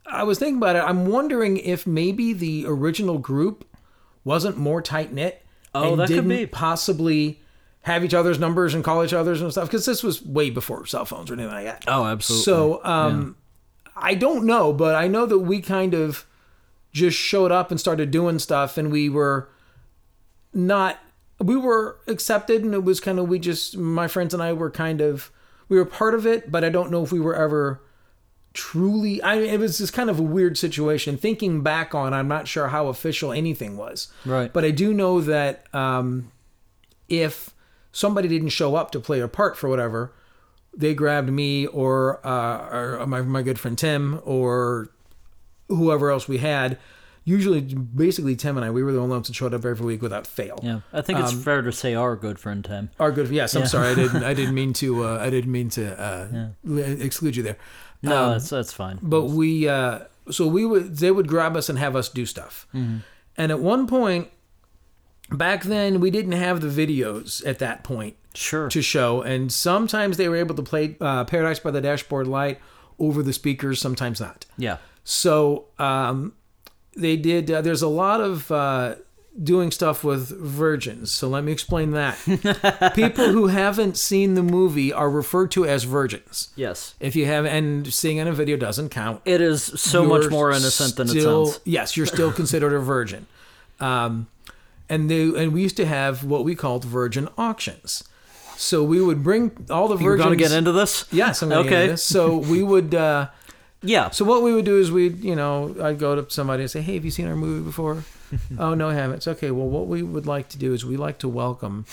I was thinking about it. I'm wondering if maybe the original group wasn't more tight knit. Oh, and that could didn't be. possibly have each other's numbers and call each other's and stuff because this was way before cell phones or anything like that. Oh, absolutely. So um, I don't know, but I know that we kind of just showed up and started doing stuff, and we were not we were accepted, and it was kind of we just my friends and I were kind of we were part of it, but I don't know if we were ever truly i it was just kind of a weird situation thinking back on i'm not sure how official anything was Right. but i do know that um if somebody didn't show up to play a part for whatever they grabbed me or uh or my, my good friend tim or whoever else we had usually basically tim and i we were the only ones that showed up every week without fail yeah, I think Um, it's fair to say our good friend Tim. our good yes i'm sorry i didn't i didn't mean to uh i didn't mean to uh l- exclude you there No, Uh, that's that's fine. um, but we uh, so we would they would grab us and have us do stuff and at one point back then we didn't have the videos at that point Sure. to show and sometimes they were able to play uh, paradise by the dashboard light over the speakers sometimes not Yeah. so um, they did. Uh, there's a lot of uh, doing stuff with virgins. So let me explain that. People who haven't seen the movie are referred to as virgins. Yes. If you have, and seeing on a video doesn't count. It is so much You're more innocent than it still- sounds. Yes, you're still considered a virgin. Um, and they and we used to have what we called virgin auctions. So we would bring all the We're virgins. going to get into this? Yes, I'm gonna get Okay. into this. So we would. Uh, Yeah. so what we would do is we'd, you know, I'd go to somebody and say, "Hey, have you seen our movie before?" "Oh, no, I haven't." It's okay. Well, what we would like to do is we like to welcome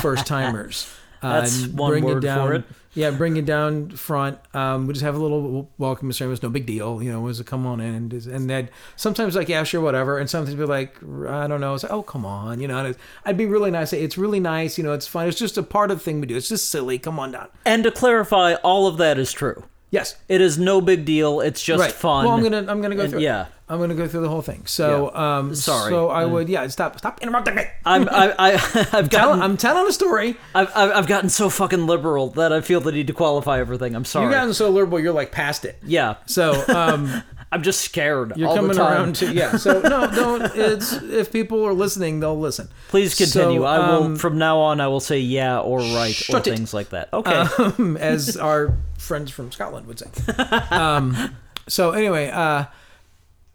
first timers. Uh, That's one word for it. Yeah, bring it down front. Um, we just have a little welcome service. No big deal. You know, was a come on in and just- and that sometimes like yeah sure whatever, and sometimes be like I don't know. It's like oh come on, you know. And it's, I'd be really nice. It's really nice. You know, it's fun. It's just a part of the thing we do. It's just silly. Come on down. And to clarify, all of that is true. Yes. It is no big deal. It's just Right. fun. Well, I'm gonna I'm gonna go And- through. it. yeah. I'm gonna go through the whole thing. So um, Sorry. Uh, So I would yeah stop stop interrupting me. I'm, I, I, I've Tell- gotten, I'm telling a story. I've, I've I've gotten so fucking liberal that I feel the need to qualify everything. I'm sorry. You've gotten so liberal, you're like past it. yeah, So um, I'm just scared you're all the coming time. around to yeah. So no, don't. It's if people are listening, they'll listen. Please continue. So, I will um, from now on. I will say yeah or right or shut it. things like that. Uh, Okay. um, as our friends from Scotland would say. Um, so anyway, uh,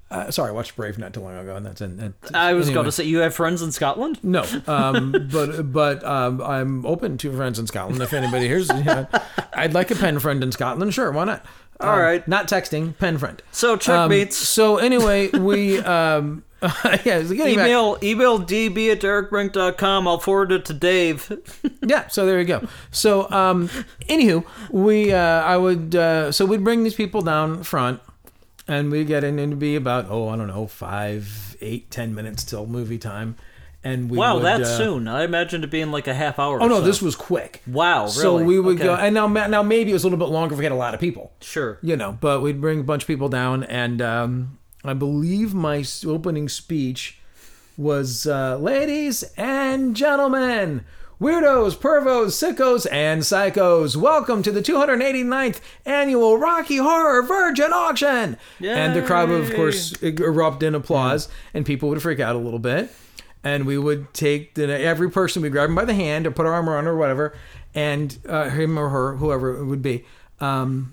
uh, sorry, I watched Brave not too long ago, and that's in. that- I was anyway. going to say you have friends in Scotland. No, um, but but um, I'm open to friends in Scotland. If anybody hears, you know, I'd like a pen friend in Scotland. Sure, why not? All right, right. not texting, pen friend. So Um, checkmates. so anyway, we um, yeah, so getting back- email email db at ericbrink.com. I'll forward it to Dave. yeah so there you go so um anywho we uh i would uh so we'd bring these people down front and we get in and it'd be about oh i don't know five eight ten minutes till movie time and we Wow, would, that uh, soon. I imagined it being like a half hour. oh or no so. this was quick Wow, really? so we would go Okay. and now ma- now maybe it was a little bit longer if we had a lot of people Sure. you know but we'd bring a bunch of people down and um i believe my s- opening speech was uh ladies and gentlemen weirdos pervos sickos and psychos welcome to the 289th annual rocky horror virgin auction and the crowd would of course erupt in applause and people would freak out a little bit and we would take the, every person we grab him by the hand or put our arm around or whatever and uh, him or her whoever it would be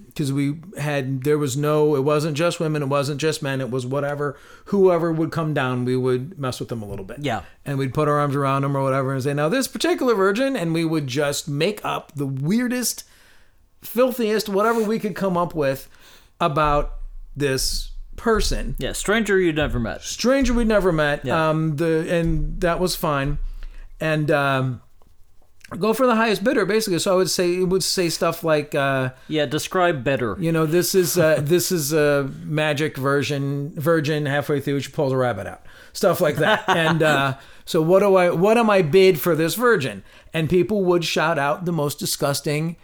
because we had there was no it wasn't just women it wasn't just men it was whatever whoever would come down we would mess with them a little bit Yeah. and we'd put our arms around them or whatever and say now this particular virgin and we would just make up the weirdest filthiest whatever we could come up with about this person Yeah, stranger you'd never met. stranger we'd never met. Yeah. Um, the and that was fine, and um, go for the highest bidder basically. So I would say it would say stuff like, uh, Yeah, describe better. you know, this is uh, this is a magic version virgin halfway through she pulls a rabbit out, stuff like that. and uh, so what do I what am I bid for this virgin? And people would shout out the most disgusting.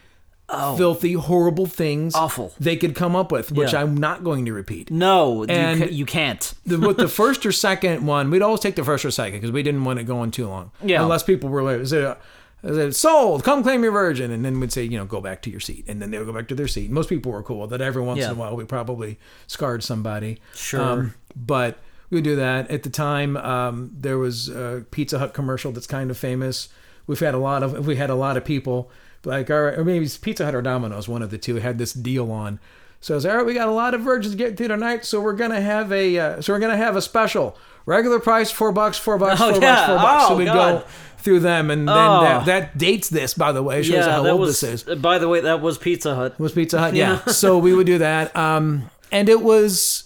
Filthy, horrible things Oh. Awful. they could come up with, which Yeah. I'm not going to repeat No, And- you, ca- you can't. the, with the first or second one, we'd always take the first or second because we didn't want it going too long. Yeah. Unless people were like, so, so, sold, come claim your virgin. And then we'd say, you know, go back to your seat. And then they would go back to their seat. Most people were cool with that. Every once Yeah. in a while, we probably scarred somebody. Sure. Um, but we would do that. At the time, um, there was a Pizza Hut commercial that's kind of famous. We've had a lot of, we had a lot of people like, all right, or maybe it's Pizza Hut or Domino's, one of the two had this deal on. So I was all right. We got a lot of virgins getting through tonight, so we're gonna have a uh, so we're gonna have a special regular price four bucks, four bucks, Oh, four yeah. bucks, four bucks. Oh, so we God. go through them, and then Oh. that, that dates this, by the way, shows Yeah, how that old was. this is. By the way, that was Pizza Hut. Was Pizza Hut? Yeah. so we would do that, um, and it was.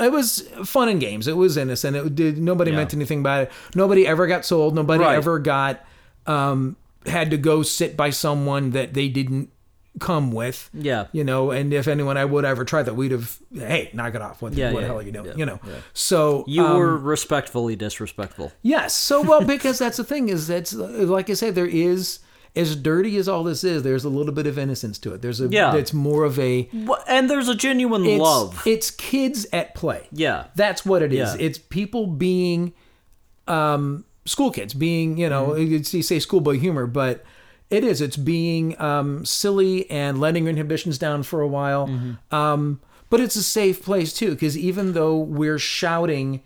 It was fun and games. It was innocent. It did nobody Yeah. meant anything by it. Nobody ever got sold. Nobody Right. ever got um, had to go sit by someone that they didn't come with Yeah. you know, and if anyone I would ever try that, we'd have, hey, knock it off. What, Yeah, what yeah, the hell are you doing? yeah, you know, so You um, were respectfully disrespectful. yes, so well because that's the thing is that's like I said, there is as dirty as all this is. There's a little bit of innocence to it. There's a Yeah. It's more of a Wha- And there's a genuine it's, love. It's kids at play. yeah. That's what it is. Yeah. It's people being um, school kids, being, you know, Mm-hmm. it's, you say schoolboy humor, but it is. It's being um, silly and letting your inhibitions down for a while. Mm-hmm. Um, but it's a safe place, too, because even though we're shouting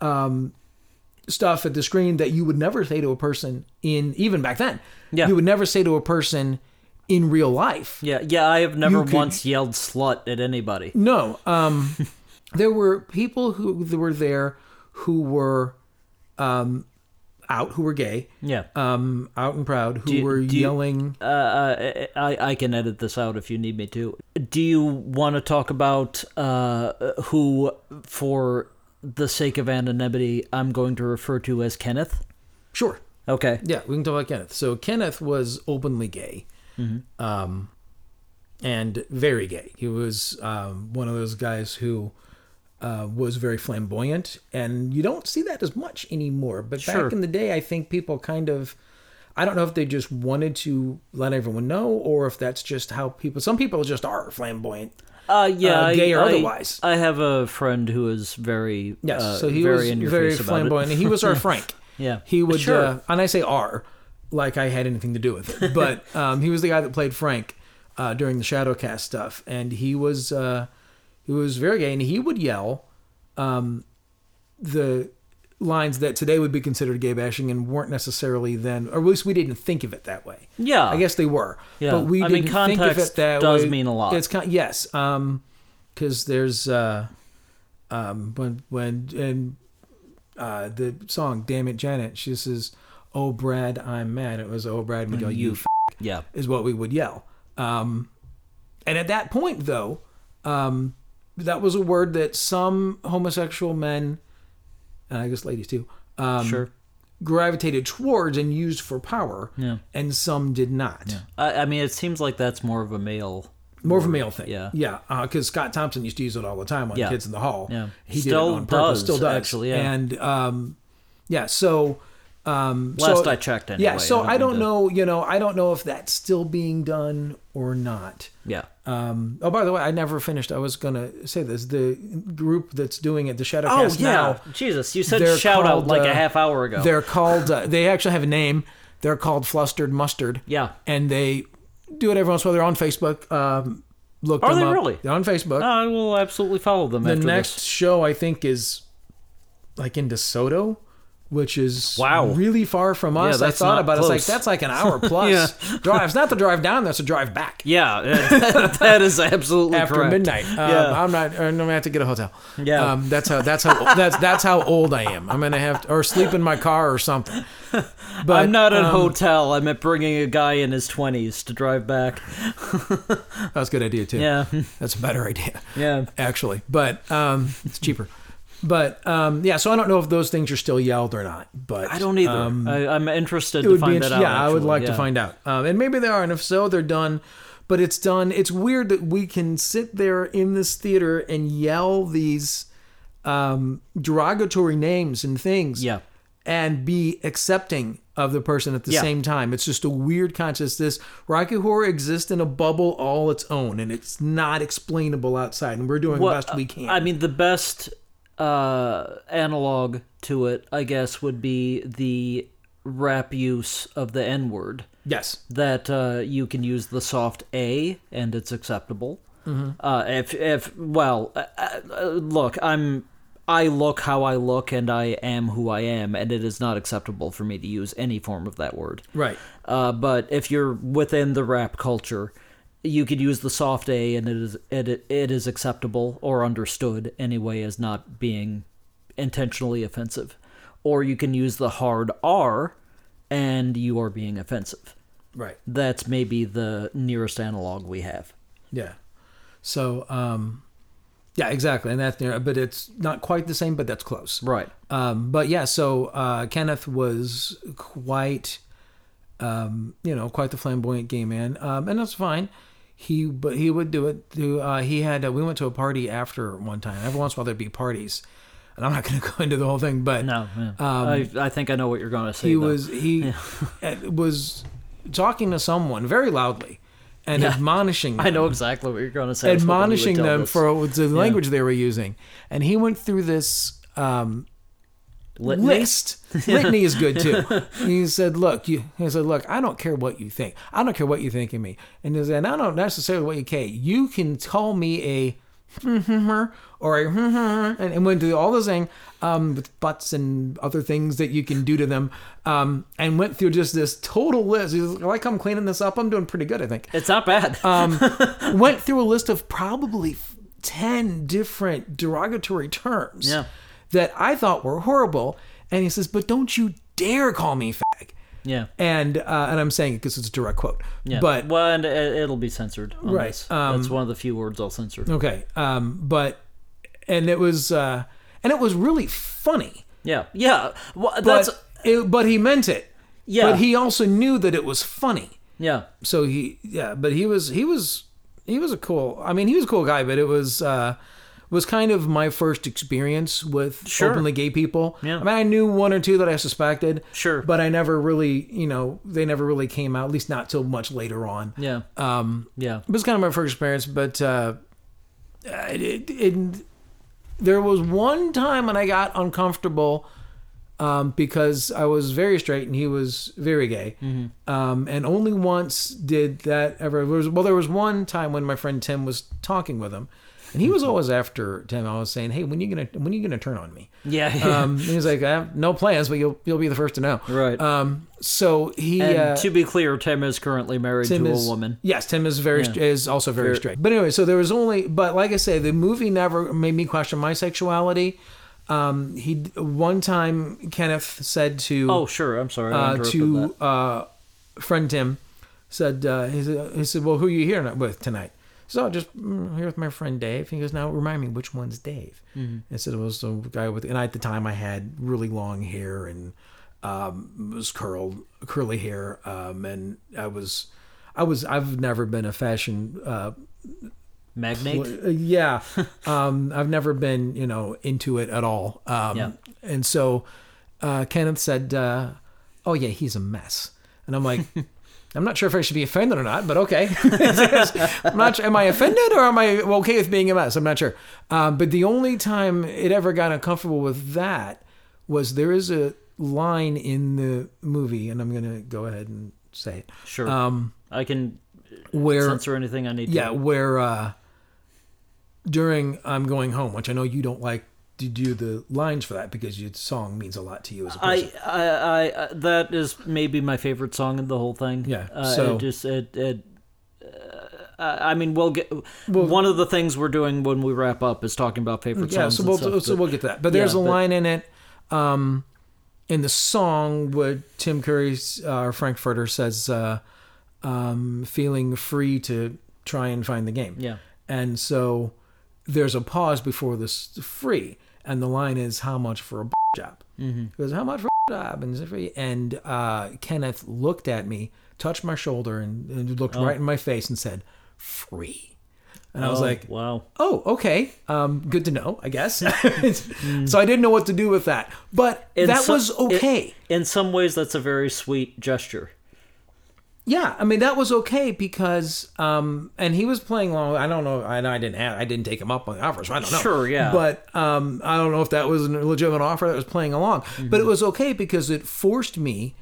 um, stuff at the screen that you would never say to a person in, even back then, Yeah. you would never say to a person in real life. Yeah, yeah, I have never could- once yelled slut at anybody. No. Um, there were people who were there who were um, out, who were gay, Yeah. um, out and proud, who you- were do you- yelling. Uh, I, I I can edit this out if you need me to. Do you want to talk about uh, who, for the sake of anonymity, I'm going to refer to as Kenneth? sure. Okay. Yeah, we can talk about Kenneth. So Kenneth was openly gay. um, and very gay. He was um, one of those guys who uh, was very flamboyant, and you don't see that as much anymore. But Sure. back in the day, I think people kind of. I don't know if they just wanted to let everyone know, or if that's just how people. Some people just are flamboyant. Uh, yeah, Uh, I- gay or I- otherwise. I have a friend who is very Yes, uh, so he very was in your very face about it. flamboyant. and He was our Frank. Yeah. he would. Sure. Uh, and I say R, like I had anything to do with it. But um, he was the guy that played Frank uh, during the Shadowcast stuff, and he was uh, he was very gay, and he would yell um, the lines that today would be considered gay bashing and weren't necessarily then, or at least we didn't think of it that way. Yeah, I guess they were. Yeah. But we I mean, didn't think of it context that does way. mean a lot. It's con- yes, um, because there's uh, um, when when and uh, the song "Damn It, Janet," she says, "Oh Brad, I'm mad." It was "Oh Brad," we go, Mm-hmm. "You f-, Yeah, is what we would yell. Um, and at that point, though, um, that was a word that some homosexual men, and I guess ladies too, um, sure. gravitated towards and used for power, Yeah. and some did not. I, I mean, it seems like that's more of a male. More of a male thing. yeah. Yeah. Because Scott Thompson used to use it all the time on Yeah. Kids in the Hall. Yeah. He did Still it on does, purpose. Still does. actually, yeah. And um, yeah, so. Um, Last so- I checked, anyway. Yeah, so I think don't that- know, you know, I don't know if that's still being done or not. Yeah, Um, oh, by the way, I never finished. I was going to say this. The group that's doing it, the Oh Shadowcast yeah, now, Jesus! You said they're shout out called, like uh, a half hour ago. they're called, uh, they actually have a name. They're called Flustered Mustard. Yeah. And they do it every once in a while. They're on Facebook. Um, look Are them they up. really? They're on Facebook. I will absolutely follow them. the after next this. show I think is like in DeSoto, which is Wow. really far from us. that's I thought not about it. close. It's like that's like an hour plus drive. It's not the drive down, that's a drive back. Yeah, that is absolutely After correct. midnight, um, Yeah. I'm not. I'm gonna have to get a hotel. Yeah. um, that's how. That's how. That's that's how old I am. I'm gonna have to, or sleep in my car or something. But I'm not at a um, hotel. I'm at bringing a guy in his 20s to drive back. That's a good idea too. Yeah, that's a better idea. yeah. actually, but um, it's cheaper. But um, yeah, so I don't know if those things are still yelled or not. But I don't either. um, I, I'm interested it to would find be that interesting. out. Yeah, I would actually, like to yeah. find out. Um, and maybe they are, and if so, they're done. But it's done. It's weird that we can sit there in this theater and yell these um, derogatory names and things, Yeah. and be accepting of the person at the Yeah. same time. It's just a weird consciousness. Rocky horror exists in a bubble all its own, and it's not explainable outside. And we're doing Well, uh, the best we can. I mean, the best uh, analog to it, I guess, would be the rap use of the N word. yes. That uh, you can use the soft A and it's acceptable. Uh, if if well, uh, uh, uh, look, I'm I look how I look and I am who I am, and it is not acceptable for me to use any form of that word. Right. Uh, but if you're within the rap culture, you could use the soft A, and it is it, it is acceptable or understood anyway as not being intentionally offensive. Or you can use the hard R, and you are being offensive. Right. That's maybe the nearest analog we have. Yeah. So, um, yeah, exactly. And that's near, but it's not quite the same, but that's close. Right. Um, but yeah, so uh, Kenneth was quite, um, you know, quite the flamboyant gay man, um, and that's fine. He but he would do it. To, uh, he had uh, we went to a party after one time. Every once in a while there'd be parties, and I'm not going to go into the whole thing, but No, yeah. I, I think I know what you're going to say. Um, he though. was he uh, was talking to someone very loudly and Yeah. admonishing. I know exactly what you're going to say. I was hoping you would admonishing tell them this for the language they were using. And he went through this um, litany. list. Litany is good too. he said, "Look, you." He said, "Look, I don't care what you think. I don't care what you think of me." And he said, "And "I don't necessarily what you care. You can call me a or a and, and went through all the thing um, with butts and other things that you can do to them, um, and went through just this total list. He's like, "Like I'm cleaning this up. I'm doing pretty good, I think." It's not bad. um, went through a list of probably f- 10 different derogatory terms Yeah. that I thought were horrible. And he says, But don't you dare call me fag. yeah. And, uh, and I'm saying it because it's a direct quote. Yeah. But, well, and it, it'll be censored. on Right, this. um, That's one of the few words I'll censor. okay. Um, but, and it was, uh, and it was really funny. Yeah. Yeah. Well, But, that's it, but he meant it. Yeah. But he also knew that it was funny. Yeah. so he yeah but he was he was he was a cool i mean he was a cool guy but it was uh was kind of my first experience with Sure. openly gay people Yeah. i mean i knew one or two that i suspected Sure. but i never really you know they never really came out at least not till much later on Yeah. um Yeah. it was kind of my first experience but uh it, it, it there was one time when i got uncomfortable um, because I was very straight and he was very gay. Mm-hmm. Um, and only once did that ever. there was- well, there was one time when my friend Tim was talking with him, and he was Mm-hmm. always after Tim. I was saying, "Hey, when you gonna when you gonna turn on me?" Yeah. Um, he was like, "I have no plans, but you'll you'll be the first to know." Right. Um, so he and uh, to be clear, Tim is currently married Tim to is- a woman. Yes, Tim is very Yeah. is also very straight. But anyway, so there was only but like I say, the movie never made me question my sexuality. Um, he one time Kenneth said to Oh, sure. I'm sorry. I uh, interrupted to that. uh, friend Tim said uh, he said he said well who you here with tonight? So just mm, here with my friend Dave. He goes now remind me which one's Dave? Mm-hmm. And said it was the guy with and I, at the time I had really long hair and um, was curled curly hair um, and I was I was I've never been a fashion uh, magnate. well, uh, yeah. um, I've never been, you know, into it at all. Um, Yeah. And so uh, Kenneth said, uh, oh, yeah, he's a mess. And I'm like, I'm not sure if I should be offended or not, but okay. I'm not sure. Am I offended or am I okay with being a mess? I'm not sure. Um, but the only time it ever got uncomfortable with that was there is a line in the movie, and I'm going to go ahead and say it, sure. um, I can where censor anything I need yeah, to. where uh, during I'm going home, which I know you don't like to do the lines for that because your song means a lot to you as a person. I, I, I, I, that is maybe my favorite song in the whole thing. Yeah, Uh, so- it just, it, it, uh, I mean, we'll get. one of the things we're doing when we wrap up is talking about favorite yeah, songs. so and we'll stuff, so but- we'll get to that. But there's yeah, a but- line in it, um, in the song where Tim Curry's uh, or Frankfurter says, uh, um, "Feeling free to try and find the game." yeah, And so there's a pause before this free, and the line is how much for a job? Mm-hmm. He goes, how much for a job? And, it's free. and uh, Kenneth looked at me, touched my shoulder, and, and looked right in my face and said, free. And I was Oh, like, wow. oh, okay, um, good to know, I guess. So I didn't know what to do with that, but In that so- was okay. it- in some ways, that's a very sweet gesture. Yeah, I mean that was okay because, um, and he was playing along. I don't know. I know I didn't have. I didn't take him up on the offer, so I don't know. Sure, yeah. But um, I don't know if that was a legitimate offer that was playing along. But Mm-hmm. it was okay because it forced me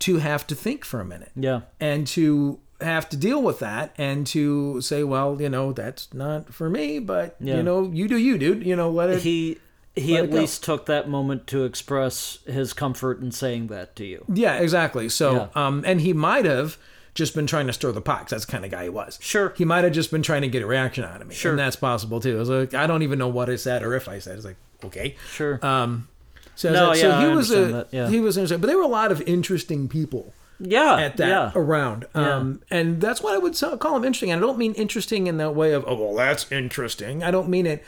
to have to think for a minute Yeah, and to have to deal with that and to say, well, you know, that's not for me. But Yeah. you know, you do you, dude. You know, let it. he he at Let it go. least took that moment to express his comfort in saying that to you. yeah, exactly. So, um, and he might have. Just been trying to stir the pot. 'cause that's the kind of guy he was. Sure. he might have just been trying to get a reaction out of me. Sure. And that's possible too. I was like, I don't even know what I said or if I said. It's like, okay. Sure. Um, so, No, that- so yeah, he I was a, understand that, yeah. he was interesting, but there were a lot of interesting people yeah. at that yeah. around. Um, and that's what I would so- call him interesting. And I don't mean interesting in that way of, oh, well, that's interesting. I don't mean it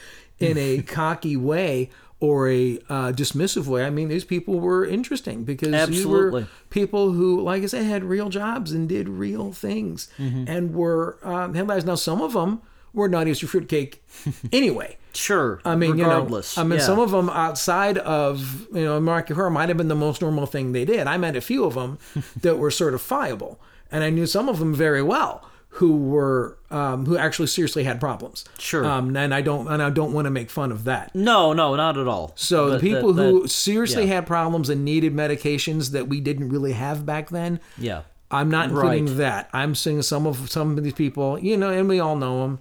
in a cocky way or a uh, dismissive way. I mean, these people were interesting because these Absolutely. were people who, like I said, had real jobs and did real things Mm-hmm. and were um, had lives. Now, some of them were naughty as your fruitcake anyway. Sure. I mean, regardless. you know, I mean, yeah. some of them outside of you know Marky Horror might have been the most normal thing they did. I met a few of them that were certifiable, and I knew some of them very well who were um, who actually seriously had problems. Sure. Um, and I don't and I don't want to make fun of that. No, no, not at all. But So the that- people who that- seriously had problems and needed medications that we didn't really have back then, yeah, I'm not including Right. that. I'm seeing some of some of these people, you know, and we all know them.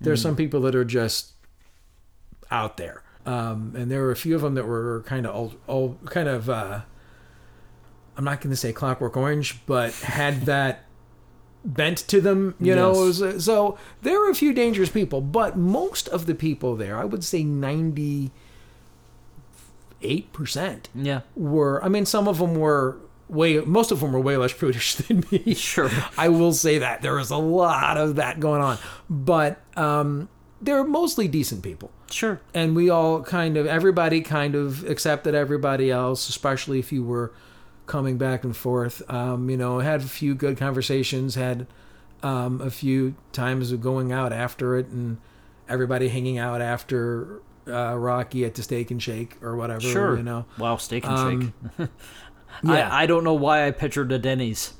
There's Mm. some people that are just out there, um, and there were a few of them that were kind of old, old kind of. Uh, I'm not going to say Clockwork Orange, but had that bent to them, you know. Yes. It was- uh, so there were a few dangerous people, but most of the people there, I would say 98 percent yeah, were I mean some of them were way most of them were way less prudish than me. Sure. I will say that there was a lot of that going on, but um they're mostly decent people. sure, And we all kind of everybody kind of accepted everybody else, especially if you were coming back and forth. Um, you know, had a few good conversations, had um, a few times of going out after it, and everybody hanging out after uh, Rocky at the Steak and Shake or whatever. Sure. You know, Wow, steak and Um, shake. yeah. I, I don't know why I pictured a Denny's.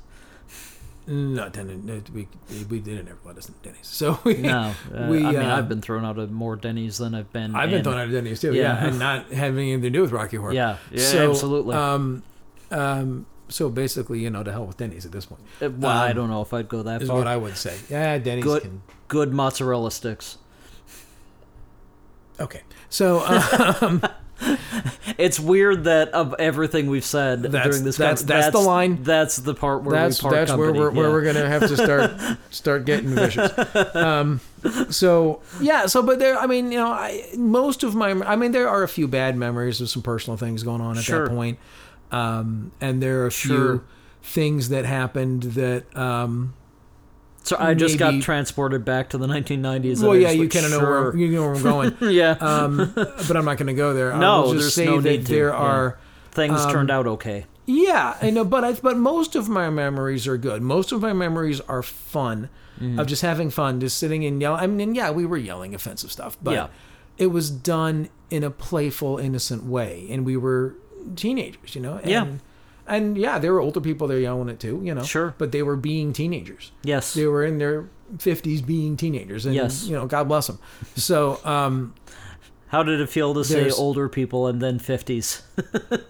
no, Denny- no, we we didn't ever let us in Denny's, so we, No, uh, We, I mean uh, I've been thrown out of more Denny's than I've been. I've been in. thrown out of Denny's too. Yeah, Yeah. and not having anything to do with Rocky Horror. Yeah, yeah, So, absolutely. Um, um, so basically, you know, to hell with Denny's at this point Uh, well, I um, don't know if I'd go that is far. what I would say. Yeah, Denny's Good. can. Good mozzarella sticks. Okay, so uh, It's weird that of everything we've said That's- during this, that's- con- that's the line. That's the part where that's we part that's company. where we're where yeah. we're gonna have to start start getting vicious. Um, so yeah, so but there, I mean, you know, I most of my, I mean, there are a few bad memories of some personal things going on at Sure. that point, um, and there are a Sure. few things that happened that. Um, So I just got maybe- transported back to the 1990s. Well, and I yeah, was you like, kind of know sure. where I'm, you know where I'm going, yeah, um, but I'm not going to go there. No, I will there's just say no that need to, there yeah. are. things um, turned out okay. Yeah, I know, but I but most of my memories are good. Most of my memories are fun, Mm-hmm. of just having fun, just sitting and yelling. I mean, yeah, we were yelling offensive stuff, but Yeah. it was done in a playful, innocent way, and we were teenagers, you know. And, Yeah. and yeah, there were older people there yelling it too, you know. Sure. but they were being teenagers. Yes, They were in their fifties, being teenagers, and Yes. you know, God bless them. So, um, How did it feel to say There's- older people and then 50s?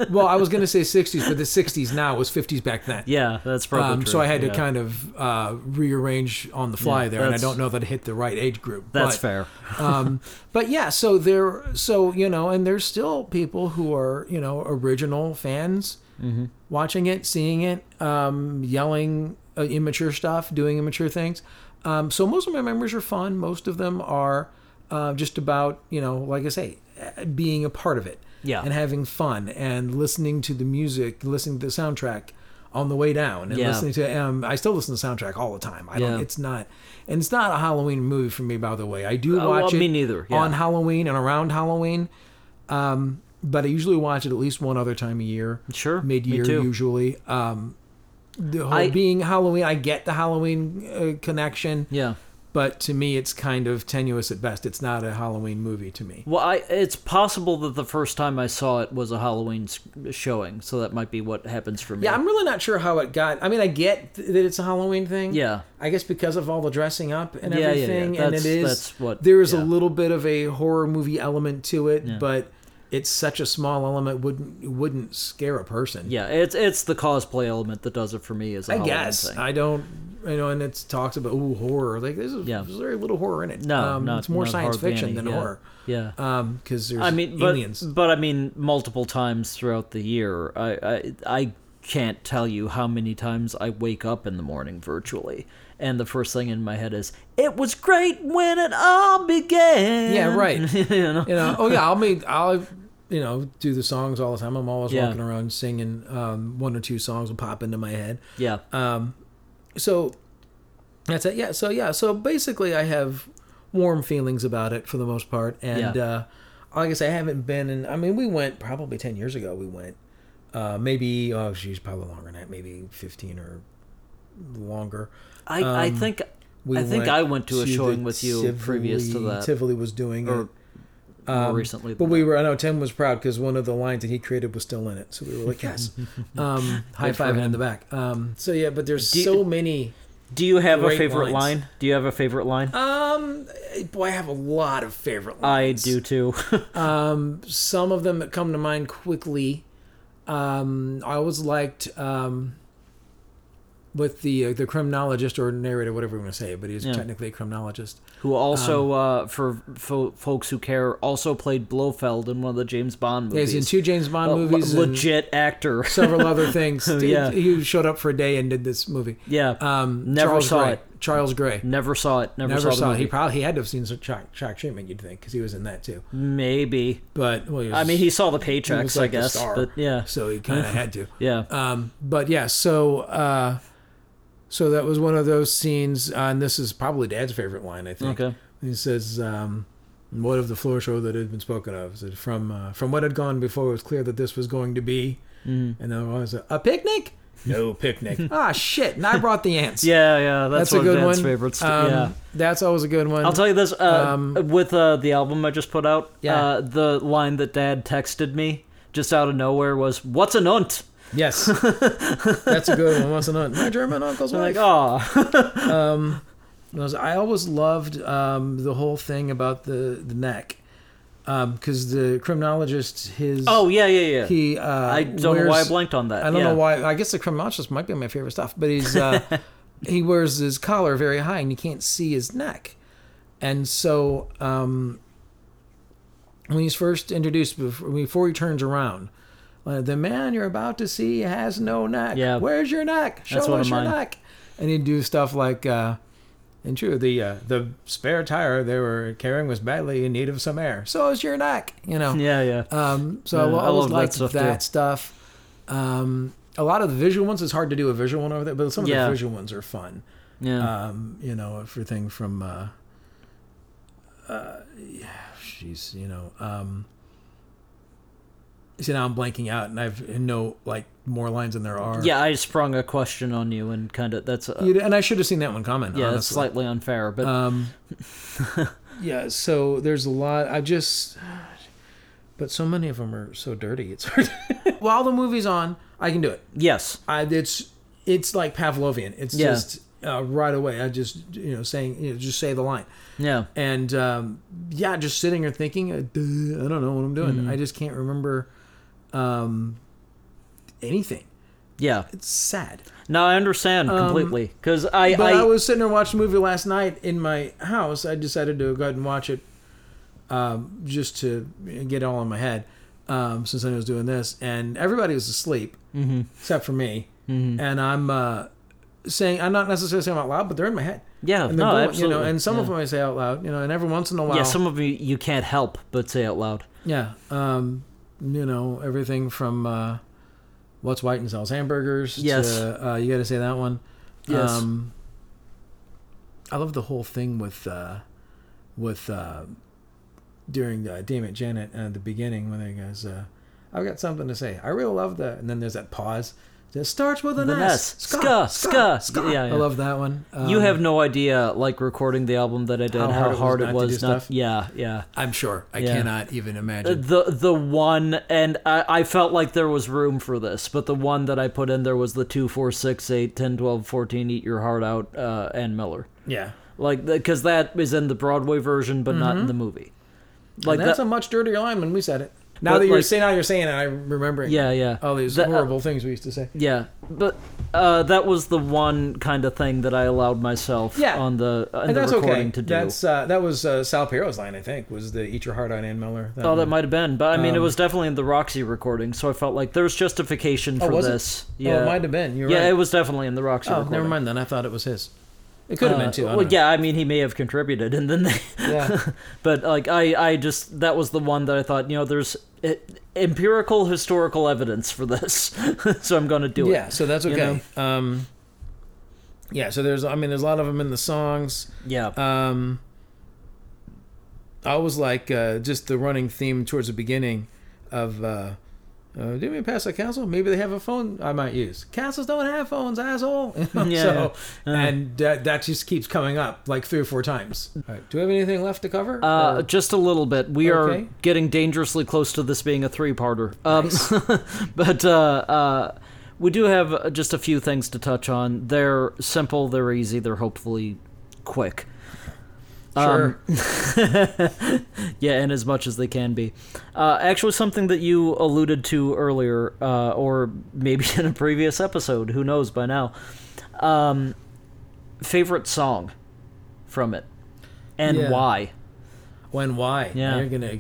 well, I was going to say 60s, but the 60s now was 50s back then. yeah, that's probably Um, true. so I had yeah. to kind of uh, rearrange on the fly Yeah, there, and I that's- don't know that it hit the right age group. That's but, fair. um, but yeah, so there, so you know, and there's still people who are you know original fans Mm-hmm. watching it, seeing it, um, yelling uh, immature stuff, doing immature things. Um, so most of my memories are fun. Most of them are uh, just about you know, like I say, uh, being a part of it, Yeah. and having fun and listening to the music, listening to the soundtrack on the way down, and Yeah. listening to. Um, I still listen to the soundtrack all the time. I Yeah. don't. It's not. And it's not a Halloween movie for me, by the way. I do Uh, watch well, it me neither, yeah. on Halloween and around Halloween. Um, but I usually watch it at least one other time a year. Sure, me mid year too. usually. Um, the whole I- being Halloween, I get the Halloween uh, connection, Yeah. but to me, it's kind of tenuous at best. It's not a Halloween movie to me. Well, I, it's possible that the first time I saw it was a Halloween s- showing, so that might be what happens for me. Yeah, I'm really not sure how it got. I mean, I get th- that it's a Halloween thing. Yeah. I guess because of all the dressing up and Yeah, yeah, yeah. everything, and That's- it is that's what- there is yeah. a little bit of a horror movie element to it, Yeah. but it's such a small element wouldn't it wouldn't scare a person. Yeah, it's it's the cosplay element that does it for me as a I Halloween guess Uh, thing. I don't. You know, and it's talks about ooh horror. Like there's, a, Yeah. there's very little horror in it. no, um, not, it's more not science hardly fiction any, than yeah. horror. Yeah. Um, because there's I mean, but, aliens. but I mean, multiple times throughout the year, I, I I can't tell you how many times I wake up in the morning virtually, and the first thing in my head is, "It was great when it all began." Yeah, right. you know? you know, oh yeah, I'll make I'll you know do the songs all the time. I'm always Yeah. walking around singing. Um, one or two songs will pop into my head. Yeah, So that's it. Yeah. So yeah. So basically, I have warm feelings about it for the most part, and Yeah. uh, like I say, I haven't been. in I mean, we went probably ten years ago. We went uh, maybe oh she's probably longer than that. Maybe fifteen or longer. I I think Um, We I think I went to a the showing with you previous to that. Tivoli was doing Or it. more recently. um, But than we were, I know Tim was proud because one of the lines that he created was still in it. So we were like, yes. Um, high Good for five in him. the back. Um, so yeah, but there's Do you- so many. that. Do you have a great favorite lines. line? Do you have a favorite line? Um, boy, I have a lot of favorite I lines. do too. Um, some of them that come to mind quickly. Um, I always liked um, with the uh, the criminologist or narrator, whatever you want to say, but he's Yeah. technically a criminologist. who also, Um, uh, for fo- folks who care, also played Blofeld in one of the James Bond Yeah, movies. he's in two James Bond A le- movies, and legit actor. several other things. Yeah. he he showed up for a day and did this movie. yeah. Um, Never Charles saw Gray. it. Charles Gray. never saw it. Never, saw, Never saw the it. He movie. probably he had to have seen some shock, shock treatment, you'd think, because he was in that too. Maybe. But well, he was, I mean, he saw the he paychecks, was like I the guess. star, But yeah, so he kind of had to. yeah, Um, but yeah, so uh, so that was one of those scenes, uh, and this is probably Dad's favorite line, I think. Okay. He says, um, "What of the floor show that had been spoken of? Is it from uh, from what had gone before? It was clear that this was going to be." Mm-hmm. And the other one was a picnic? No picnic. ah, shit. And I brought the ants. Yeah, yeah, that's, That's, a one of good Dan's one. favorites. Um, yeah. That's always a good one. I'll tell you this uh, Um, with uh, the album I just put out. Yeah. Uh, the line that Dad texted me just out of nowhere was, "What's an unt?" Yes, that's a good one. Once an aunt, my German uncle's I'm like, wife. oh, Those- I always loved um, the whole thing about the the neck, because the criminologist, his oh yeah, yeah, yeah. he uh, I don't know why I wears- blanked on that. I don't yeah. know why. I guess the criminologist might be my favorite stuff, but he's uh, he wears his collar very high, and you can't see his neck. And so um, when he's first introduced, before, before he turns around, uh, the man you're about to see has no neck. Yeah. where's your neck? Show That's one us of your mine. neck. And he'd do stuff like. Uh, and true, the uh, the spare tire they were carrying was badly in need of some air. So is your neck, you know. Yeah, yeah. Um, so Yeah, I I love always that liked stuff, that, too. stuff. Um, a lot of the visual ones, it's hard to do a visual one over there, but some of Yeah. the visual ones are fun. Yeah. Um, you know, everything from, uh, uh, yeah, she's, you know, um, see now I'm blanking out and I've no like more lines than there are. yeah, I sprung a question on you and kind of that's uh, You'd- and I should have seen that one coming. yeah, that's honestly. slightly unfair, but Um, yeah, so there's a lot. I just, but so many of them are so dirty. It's hard. While the movie's on, I can do it. yes, I it's it's like Pavlovian. It's Yeah. just uh, right away. I just you know saying you know, just say the line yeah, and um, yeah, just sitting here thinking. uh, duh, I don't know what I'm doing. I just can't remember um, anything. yeah. It's sad. No, I understand completely because I, Um, But I, I, was sitting there watching the movie last night in my house. I decided to go ahead and watch it um, just to get it all in my head um, since I was doing this. And everybody was asleep except for me. Mm-hmm. And I'm uh, saying, I'm not necessarily saying them out loud, but they're in my head. yeah, And no, they're going, absolutely. You know, and some yeah. of them I say out loud, you know, and every once in a while. yeah, some of you you can't help but say out loud. Yeah. Um, you know, everything from uh, What's White and Sells Hamburgers Yes. to uh, You Gotta Say That One. Yes. Um, I love the whole thing with, uh, with uh, during uh, Damn It Janet uh, at the beginning when they goes, uh, I've got something to say. I really love that. And then there's that pause. It starts with an With an S. S. Ska, ska. Yeah, Yeah, yeah. I love that one. Um, you have no idea, like recording the album that I did, how how, hard it was hard not it to was. do not- stuff? Uh, yeah, yeah. I'm sure. I Yeah. Uh, cannot even imagine. The the one, and I, I felt like there was room for this, but the one that I put in there was the 2, 4, 6, 8, 10, 12, 14, Eat Your Heart Out, uh, and Miller. yeah. Like, because that is in the Broadway version, but not Mm-hmm. in the movie. Like And that's that, a much dirtier line when we said it. Now But, that you're like- saying, now you're saying it, I'm remembering. yeah, uh, yeah. All these That- horrible things we used to say. Yeah, but uh, that was the one kind of thing that I allowed myself Yeah. on the on And the that's recording okay. to do. That's uh, that was uh, Sal Piero's line, I think, was the "Eat your heart out, Ann Miller." That Oh, one. that might have been, but I mean, it Um, was definitely in the Roxy recording, so I felt like there's justification for was it? this. Oh, Yeah, it might have been. You're yeah, right. it was definitely in the Roxy. oh, recording. never mind then. I thought it was his. It could have Uh, been too. I well, don't know. yeah, I mean, he may have contributed, and then they, Yeah. but like I, I just that was the one that I thought, you know, there's eh, empirical historical evidence for this, so I'm going to do yeah. it. So that's You okay. Um, yeah. So there's, I mean, there's a lot of them in the songs. Yeah, Um, I was like uh, just the running theme towards the beginning of. Uh, uh, did we pass a council? Maybe they have a phone I might use. Councils don't have phones, asshole. You know, Yeah, so, yeah. Uh. and that, that just keeps coming up like three or four times. All right. Do we have anything left to cover? Uh, Or- just a little bit. We Okay. are getting dangerously close to this being a three-parter. Um, but uh, uh, we do have uh, just a few things to touch on. They're simple, they're easy, they're hopefully quick. Um, sure. Yeah, and as much as they can be. Uh, actually, something that you alluded to earlier, uh, or maybe in a previous episode, who knows by now. Um, favorite song from it, and Yeah. why? when? Why? Yeah. You're gonna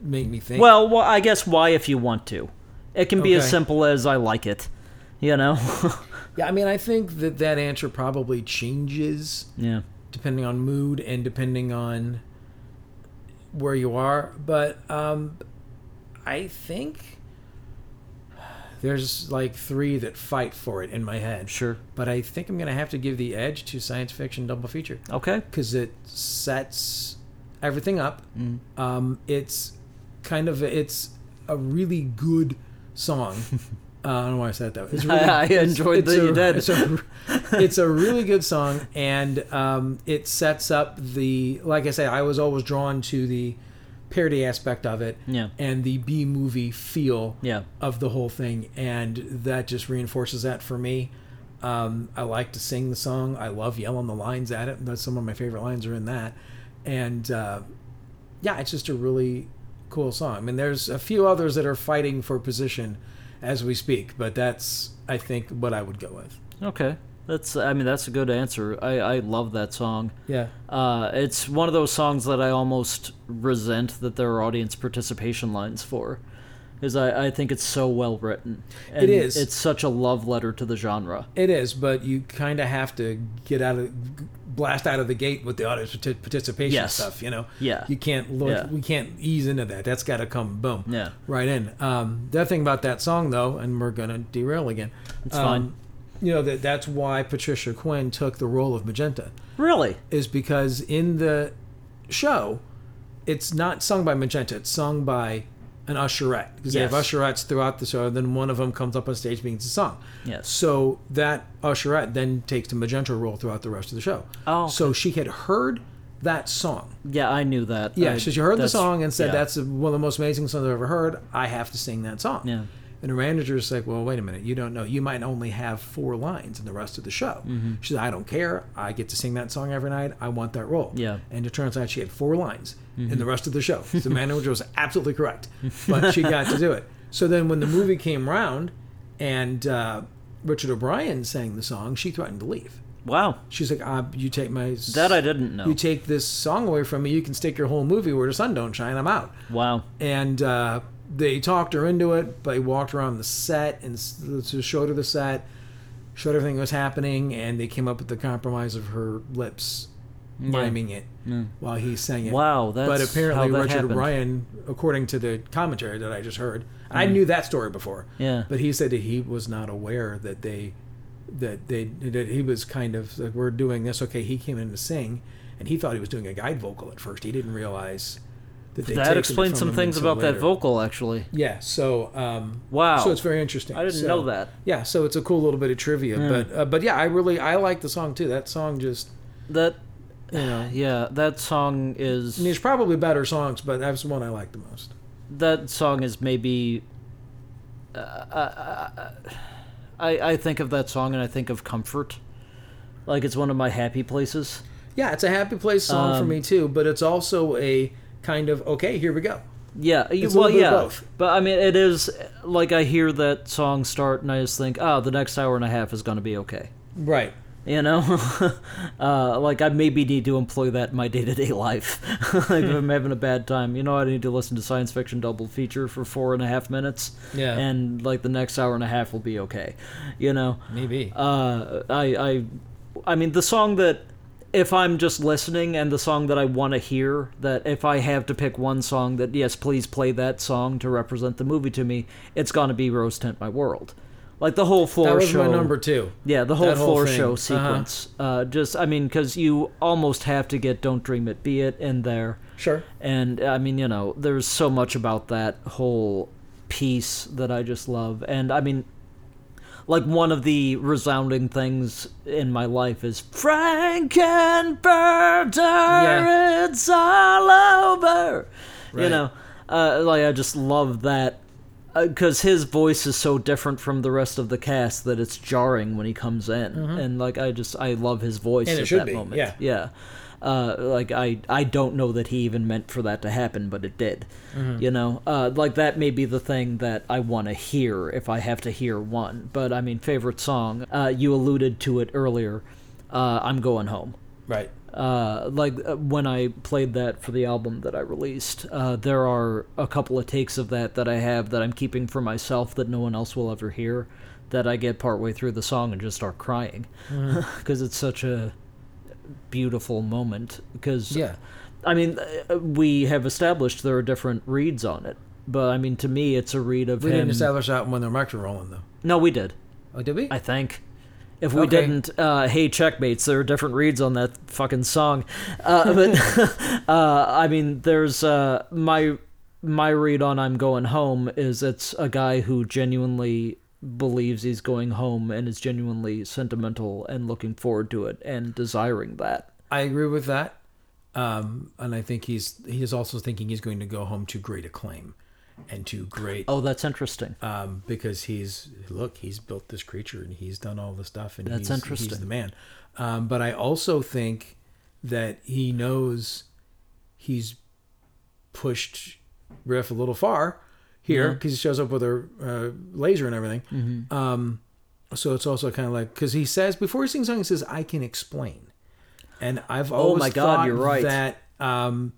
make me think. Well, wh- I guess why if you want to. It can be as Okay. simple as I like it. You know? yeah. I mean, I think that that answer probably changes yeah. depending on mood and depending on where you are. But um, I think there's like three that fight for it in my head. Sure. But I think I'm going to have to give the edge to science fiction double feature Okay. because it sets Mm. everything up. Um, it's kind of it's a really good song. Uh, I don't know why I said it that. way. It's I enjoyed that you did. It's a, it's a really good song, and um, it sets up the. Like I say, I was always drawn to the parody aspect of it, Yeah. and the B movie feel Yeah. of the whole thing, and that just reinforces that for me. Um, I like to sing the song. I love yelling the lines at it. That's some of my favorite lines are in that, and uh, yeah, it's just a really cool song. I mean, there's a few others that are fighting for position as we speak, but that's I think what I would go with. Okay. That's I mean that's a good answer. I I love that song. Yeah, Uh, it's one of those songs that I almost resent that there are audience participation lines for, because I, I think it's so well written. And is. It's such a love letter to the genre. it is, but you kind of have to get out of blast out of the gate with the audience partic- participation Yes. stuff. You know, Yeah. you can't look. Yeah. We can't ease into that. That's got to come. Boom. Yeah. right in. Um, the other thing about that song, though, and we're gonna derail again. It's fine. You know that that's why Patricia Quinn took the role of Magenta Really? is because in the show, it's not sung by Magenta. It's sung by an usherette because they have Yes. usherettes throughout the show. And then one of them comes up on stage, and sings a song. Yes. So that usherette then takes the Magenta role throughout the rest of the show. Oh, okay. so she had heard that song. Yeah, I knew that. Yeah, I- so she heard the that's- song and said, yeah. "That's one of the most amazing songs I've ever heard. I have to sing that song." Yeah. And her manager's like, "Well, wait a minute. You don't know. You might only have four lines in the rest of the show." Mm-hmm. She said, "I don't care. I get to sing that song every night. I want that role." Yeah. Mm-hmm. And it turns out she had four lines in the rest of the show. So the manager was absolutely correct, but she got to do it. So then, when the movie came round, and uh, Richard O'Brien sang the song, she threatened to leave. Wow. She's like, uh, "You take my That I didn't know. you take this song away from me, you can stick your whole movie where the sun don't shine. I'm out. wow. And uh, they talked her into it. They walked around the set and s- s- showed her the set, showed everything that was happening, and they came up with the compromise of her lips miming it while he sang it. Wow, that's but apparently how that Richard happened. Ryan, according to the commentary that I just heard, Mm. and I knew that story before. Yeah. But he said that he was not aware that they that they that he was kind of like, we're doing this. Okay, he came in to sing, and he thought he was doing a guide vocal at first. He didn't realize that they taken That it explains from some him things until about that later. vocal, actually. Yeah. So. Um, Wow. So it's very interesting. I didn't So- know that. Yeah. So it's a cool little bit of trivia, but uh, but yeah, I really I like the song too. That song just That, you know. yeah, that song is. I mean, there's probably better songs, but that's the one I like the most. that song is maybe uh, I, I think of that song and I think of comfort. Like it's one of my happy places. Yeah, it's a happy place song for Um, me too, but it's also a kind of okay, here we go. Yeah, y- It's a well, little bit yeah, of both. but I mean, it is like I hear that song start and I just think, oh, the next hour and a half is gonna be okay. Right. You know, uh, like I maybe need to employ that in my day to day life. like if I'm having a bad time, you know, I need to listen to science fiction double feature for four and a half minutes. Yeah. and like the next hour and a half will be okay. You know, Maybe. uh, I, I, I mean, the song that if I'm just listening and the song that I want to hear, that if I have to pick one song that yes, please play that song to represent the movie to me, it's gonna be "Rose Tint My World." Like the whole floor that was show. my number two. Yeah, the whole That whole floor thing. show Uh-huh. sequence. Uh, just, I mean, because you almost have to get "Don't Dream It, Be It" in there. Sure. And I mean, you know, there's so much about that whole piece that I just love. And I mean, like one of the resounding things in my life is Frankenfurter, Yeah. it's all over. You Right. know, uh, like I just love that because Uh, his voice is so different from the rest of the cast that it's jarring when he comes in, and like I just I love his voice Mm-hmm. And it at should that be, moment. yeah. yeah. Uh, like I, I don't know that he even meant for that to happen, but it did. Mm-hmm. You know, uh, like that may be the thing that I want to hear if I have to hear one. But I mean, favorite song. Uh, you alluded to it earlier. Uh, I'm going home Right. uh, like uh, when I played that for the album that I released, uh, there are a couple of takes of that that I have that I'm keeping for myself that no one else will ever hear. That I get partway through the song and just start crying because it's such a beautiful moment. Because Yeah. I mean, uh, we have established there are different reads on it, but I mean, to me, it's a read of We him. didn't establish that when their mics were rolling though. no, we did. Oh, did we? I think. If we Okay. didn't, uh, hey checkmates, there are different reads on that fucking song. Uh, but uh, I mean, there's uh, my my read on I'm Going Home is it's a guy who genuinely believes he's going home and is genuinely sentimental and looking forward to it and desiring that. I agree with that, um, and I think he's he is also thinking he's going to go home to great acclaim, and to great Oh, that's interesting. um, because he's look he's built this creature and he's done all the stuff and That's he's, he's interesting. the man. Um, but I also think that he knows he's pushed Riff a little far here because he shows up with a uh, laser and everything. Mm-hmm. Um, so it's also kind of like because he says before he sings song he says I can explain, and I've always Oh my God, thought you're right. that um,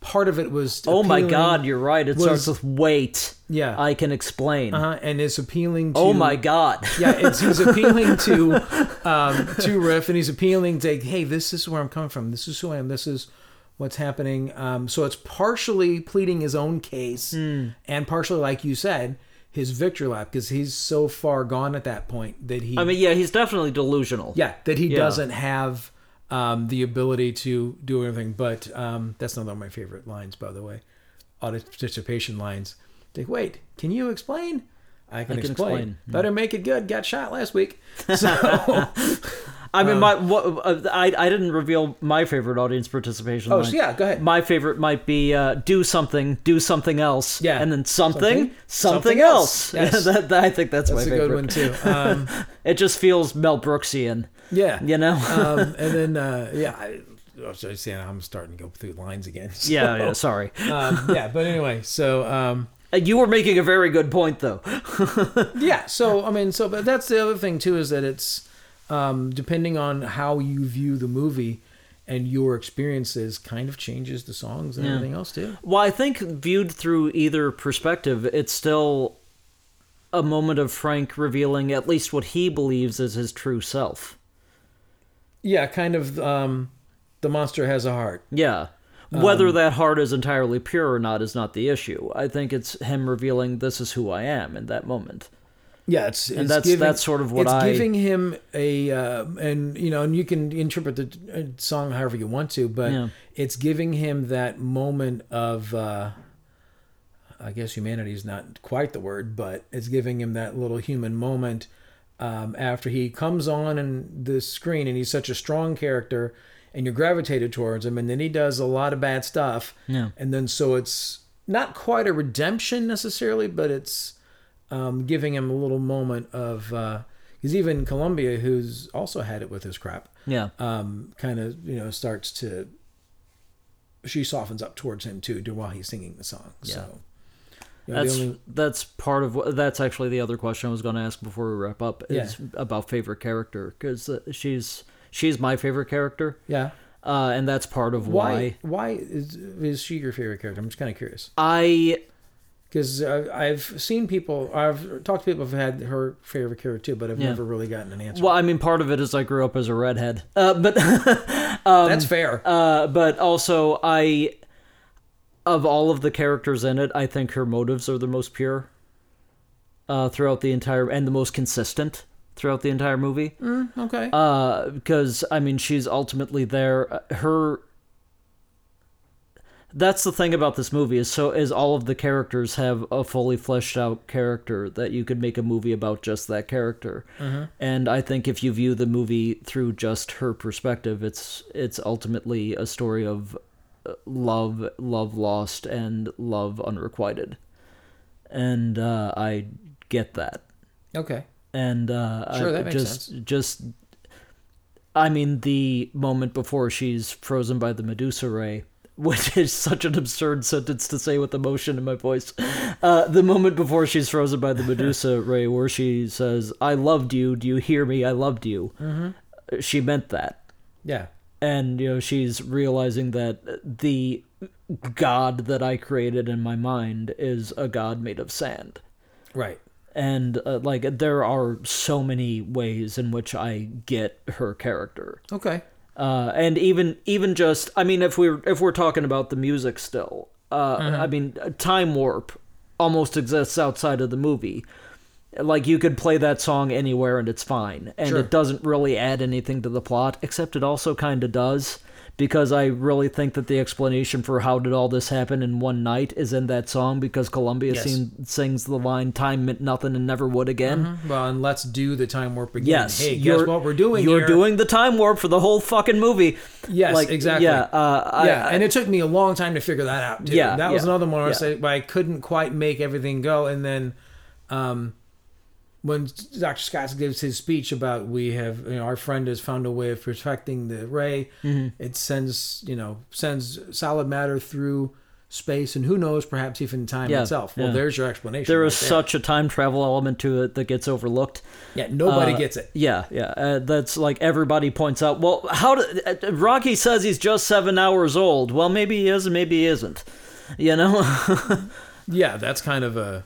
part of it was Oh my appealing- god, you're right. It was- starts with wait. Yeah. I can explain. uh-huh, and it's appealing to Oh my god. yeah, it's, he's appealing to um, to Riff, and he's appealing to, hey, this is where I'm coming from. This is who I am. This is what's happening. Um, so it's partially pleading his own case, Hmm. and partially, like you said, his victory lap because he's so far gone at that point that he, I mean, yeah, he's definitely delusional. yeah, that he doesn't have um, the ability to do anything. But um, that's not one of my favorite lines, by the way. Audit participation lines. Like, wait, can you explain? I can, can explain. explain. Hmm. Better make it good. Got shot last week. So I Um, mean, my what, uh, I I didn't reveal my favorite audience participation. Oh, line. yeah, go ahead. My favorite might be uh, do something, do something else, Yeah. and then something, something, Something, something else. else. Yes. that, that- I think that's, my that's a favorite. good one too. Um, It just feels Mel Brooksian, yeah. you know. um, and then uh, yeah, I, I was just saying I'm starting to go through lines again. So, yeah, yeah. Sorry, um, yeah. But anyway, so um, Uh, you were making a very good point though. yeah so i mean so but that's the other thing too is that it's um, depending on how you view the movie and your experiences kind of changes the songs and everything else too Well, I think viewed through either perspective, it's still a moment of Frank revealing at least what he believes is his true self. yeah kind of um, the monster has a heart Yeah. Whether that heart is entirely pure or not is not the issue. I think it's him revealing this is who I am in that moment. yeah it's, and that's- that's sort of what it's I- giving him a uh, and you know and you can interpret the uh, song however you want to but Yeah. it's giving him that moment of uh, I guess humanity is not quite the word, but it's giving him that little human moment um, after he comes on in the screen and he's such a strong character and you're gravitated towards him and then he does a lot of bad stuff. Yeah. And then so it's not quite a redemption necessarily, but it's um, giving him a little moment of, because even Columbia, who's also had it with his crap, Yeah. um, kind of you know starts to she softens up towards him too while he's singing the song so you know, the That's only- that's part of what, that's actually the other question I was going to ask before we wrap up is about favorite character cuz she's she's my favorite character. yeah Uh, and that's part of why why, why is, is she your favorite character i'm just kind of curious I because i've seen people i've talked to people who've had her favorite character too but i've Yeah. never really gotten an answer well I mean part of it is I grew up as a redhead. Uh, but Um, that's fair uh, but also I of all of the characters in it, I think her motives are the most pure uh, throughout the entire and the most consistent throughout the entire movie. okay Uh, because I mean, she's ultimately there. Uh, Her that's the thing about this movie is so is all of the characters have a fully fleshed out character that you could make a movie about just that character and i think if you view the movie through just her perspective it's it's ultimately a story of uh, love love lost and love unrequited and uh, i get that okay and uh, Sure, I, that makes just just I mean the moment before she's frozen by the Medusa ray, which is such an absurd sentence to say with emotion in my voice. Uh, the moment before she's frozen by the Medusa ray, where she says, "I loved you. Do you hear me? I loved you." Mm-hmm. She meant that yeah and you know she's realizing that the god that i created in my mind is a god made of sand right and uh, like there are so many ways in which I get her character, okay uh, and even even just I mean if we're if we're talking about the music still, uh, Mm-hmm. I mean Time Warp almost exists outside of the movie. Like you could play that song anywhere and it's fine, and Sure. it doesn't really add anything to the plot, except it also kind of does because I really think that the explanation for how did all this happen in one night is in that song because Columbia Yes. sing- sings the line "Time meant nothing and never would again." Well, and let's do the time warp again. Mm-hmm. Yes, Mm-hmm. Hey, guess you're- what we're doing? You're here? doing the time warp for the whole fucking movie. Yes, exactly. Yeah, uh, yeah, I, and it took me a long time to figure that out. Too. Yeah, that was yeah, another one where I, yeah. said, where I couldn't quite make everything go. And then, um, when Dr. Scott gives his speech about we have you know, our friend has found a way of protecting the ray, Mm-hmm. it sends you know sends solid matter through space and who knows perhaps even time Yeah, itself. Well, yeah. there's your explanation. there right is such a time travel element to it that gets overlooked. yeah nobody Uh, gets it. Yeah, yeah. Uh, that's like everybody points out. Well, how do uh, Rocky says he's just seven hours old? Well, maybe he is, and maybe he isn't. You know. Yeah, that's kind of a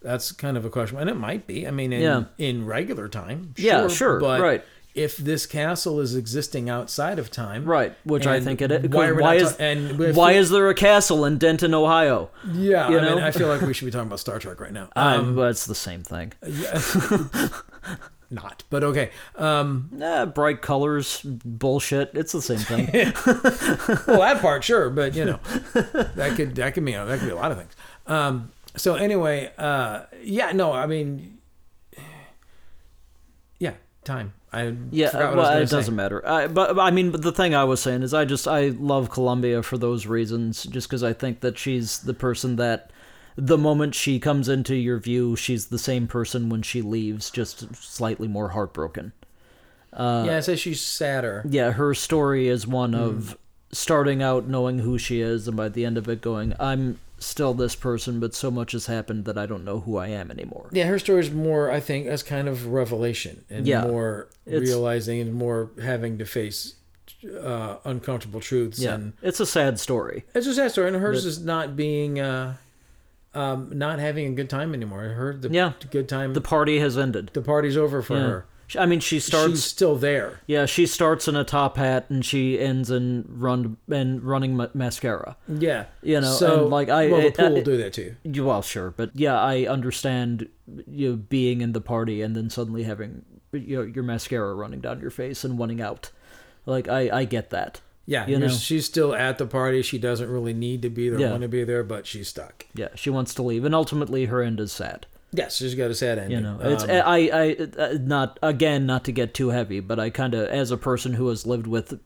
that's kind of a question, and it might be. I mean, in, Yeah. in regular time, sure, Yeah, sure, but right. If this castle is existing outside of time, Right, which I and think it is. Why, Why, are we why not is ta- and if- why is there a castle in Denton, Ohio? yeah? you I mean, know? I feel like we should be talking about Star Trek right now. Um, well, it's the same thing. Not, but okay. Um, Nah, bright colors, bullshit. It's the same thing. well, that part, sure, but you know, that could that could mean that could be a lot of things. Um, so anyway, uh, yeah, no, I mean, yeah, time. I yeah, forgot what well, I it was gonna say. doesn't matter. I, but but I mean, but the thing I was saying is, I just I love Columbia for those reasons, just because I think that she's the person that. The moment she comes into your view, she's the same person when she leaves, just slightly more heartbroken. yeah, it says she's sadder. yeah, her story is one Hmm. of starting out knowing who she is and by the end of it going, I'm still this person, but so much has happened that I don't know who I am anymore. Yeah, her story is more, I think, as kind of revelation and Yeah. more It's- realizing and more having to face uh, uncomfortable truths. Yeah. And It's a sad story. it's a sad story. And hers is not being, uh, um, not having a good time anymore. Her, the Yeah. good time, The the, party has ended. party's over Hmm. for Yeah. her. She- I mean, she starts. She's still there. yeah, she starts in a top hat and she ends in run and running ma- mascara. Yeah. You know, so, and, like, I- well, the it- uh, pool will it- do that to you. You- Well, sure, but yeah, I understand you know, being in the party and then suddenly having you know, your mascara running down your face and wanting out. Like I, I get that. Yeah. you you're- know. She's still at the party. She doesn't really need to be there, Yeah. want to be there, but she's stuck. Yeah, she wants to leave, and ultimately her end is sad. Yes, she's got a sad ending. You know, it's Um, I I uh, not again not to get too heavy, but I kind of as a person who has lived with uh,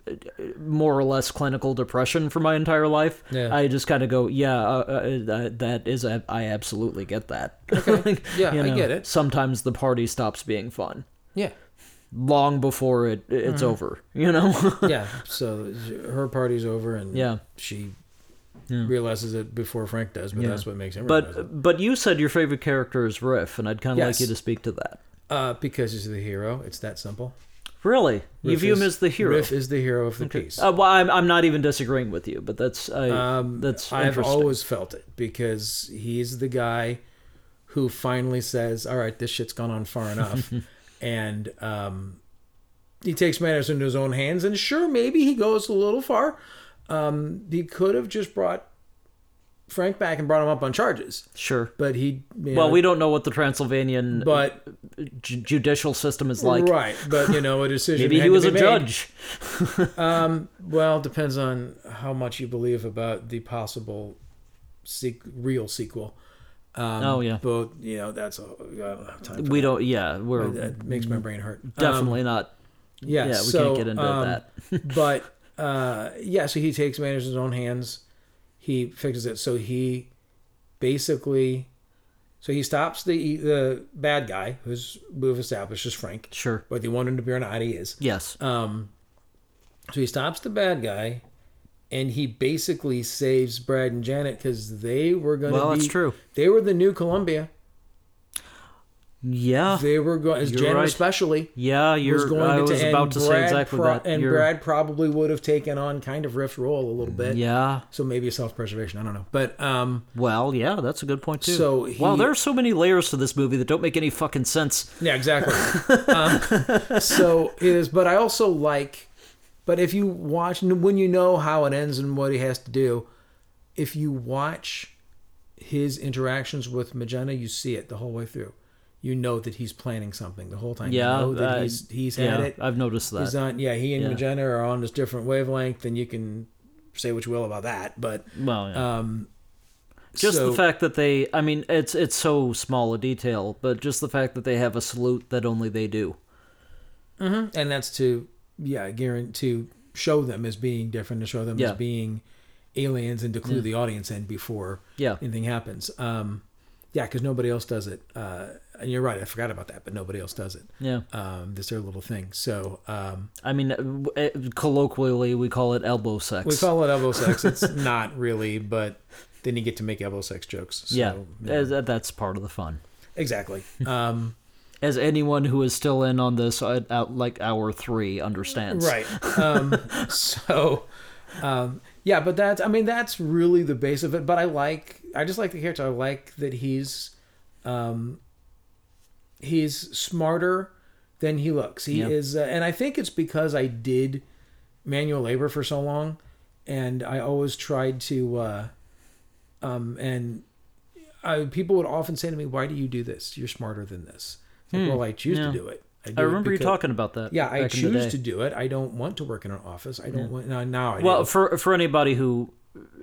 more or less clinical depression for my entire life, Yeah. I just kind of go, yeah, uh, uh, uh, that is a, I absolutely get that. Like, Yeah, I get it. Sometimes the party stops being fun yeah. long before it it's Mm-hmm. over. You know, yeah. So her party's over, and Yeah. she realizes it before Frank does, but Yeah. that's what makes him realize it. but but you said your favorite character is Riff, and I'd kind of Yes. like you to speak to that. Uh, because he's the hero, it's that simple. Really, you Riff view him is- as the hero. Riff is the hero of the piece. Uh, well, I'm, I'm not even disagreeing with you, but that's I, Um, that's I've interesting. always felt it because he's the guy who finally says, "All right, this shit's gone on far enough," and um, he takes matters into his own hands. And sure, maybe he goes a little far. Um, he could have just brought Frank back and brought him up on charges, sure. but he. you Well, know, we don't know what the Transylvanian But ju- judicial system is like. right, but you know, a decision. Maybe had he to was be a made. Um, judge. Well, it depends on how much you believe about the possible sequ- real sequel. Um, Oh, yeah. but you know that's a, I don't have time. For We don't. Yeah, we're that. that makes my brain hurt. Um, definitely not. yeah, Yeah, we so, can't get into um, that. but uh, yeah, so he takes matters in his own hands. He fixes it. So he basically, so he stops the the bad guy who's we've established is Frank, Sure. whether you want him to be or not, he is. Yes. Um, so he stops the bad guy, and he basically saves Brad and Janet because they were going to. Well, be, that's true. They were the new Columbia. Yeah. They were going as You're Janet right. especially. Yeah. Was You're. going I to, was and about to say Brad exactly pro- that. And You're- Brad probably would have taken on kind of Riff's role a little bit. Yeah. So maybe self-preservation. I don't know, but um, Well, yeah. That's a good point too. So wow, he- there are so many layers to this movie that don't make any fucking sense. yeah, exactly. um, so it is, but I also like. But if you watch when you know how it ends and what he has to do, if you watch his interactions with Magenta, you see it the whole way through. you know that he's planning something the whole time. Yeah, you know that I- he's he's yeah, had it. I've noticed that. He's on. Yeah, he and Yeah. Magenta are on this different wavelength, and you can say what you will about that, but well, yeah. um, just so- the fact that they i mean it's it's so small a detail but just the fact that they have a salute that only they do and that's to yeah, guarantee to show them as being different, to show them Yeah. Mm. as being aliens, and to clue the audience in before yeah anything happens. Um, yeah, because nobody else does it. Uh, and you're right, I forgot about that, but nobody else does it. yeah Um, this their little thing. So um, i mean uh, w- uh, colloquially we call it elbow sex we call it elbow sex. It's not really, but then you get to make elbow sex jokes. So, yeah, you know. as- that- that's part of the fun exactly. Um, as anyone who is still in on this at, at like hour three understands right. Um, so um, yeah, but that's I mean that's really the base of it. But I like I just like the character. I like that he's um, he's smarter than he looks. He Yeah. is, uh, and I think it's because I did manual labor for so long, and I always tried to. Uh, um, and I, people would often say to me, "Why do you do this? You're smarter than this." It's like, well, I choose Hmm. Yeah. to do it. do i it remember you because- talking about that yeah, I back in the day. choose to do it. I don't want to work in an office. I don't want now. now I do. well for for anybody who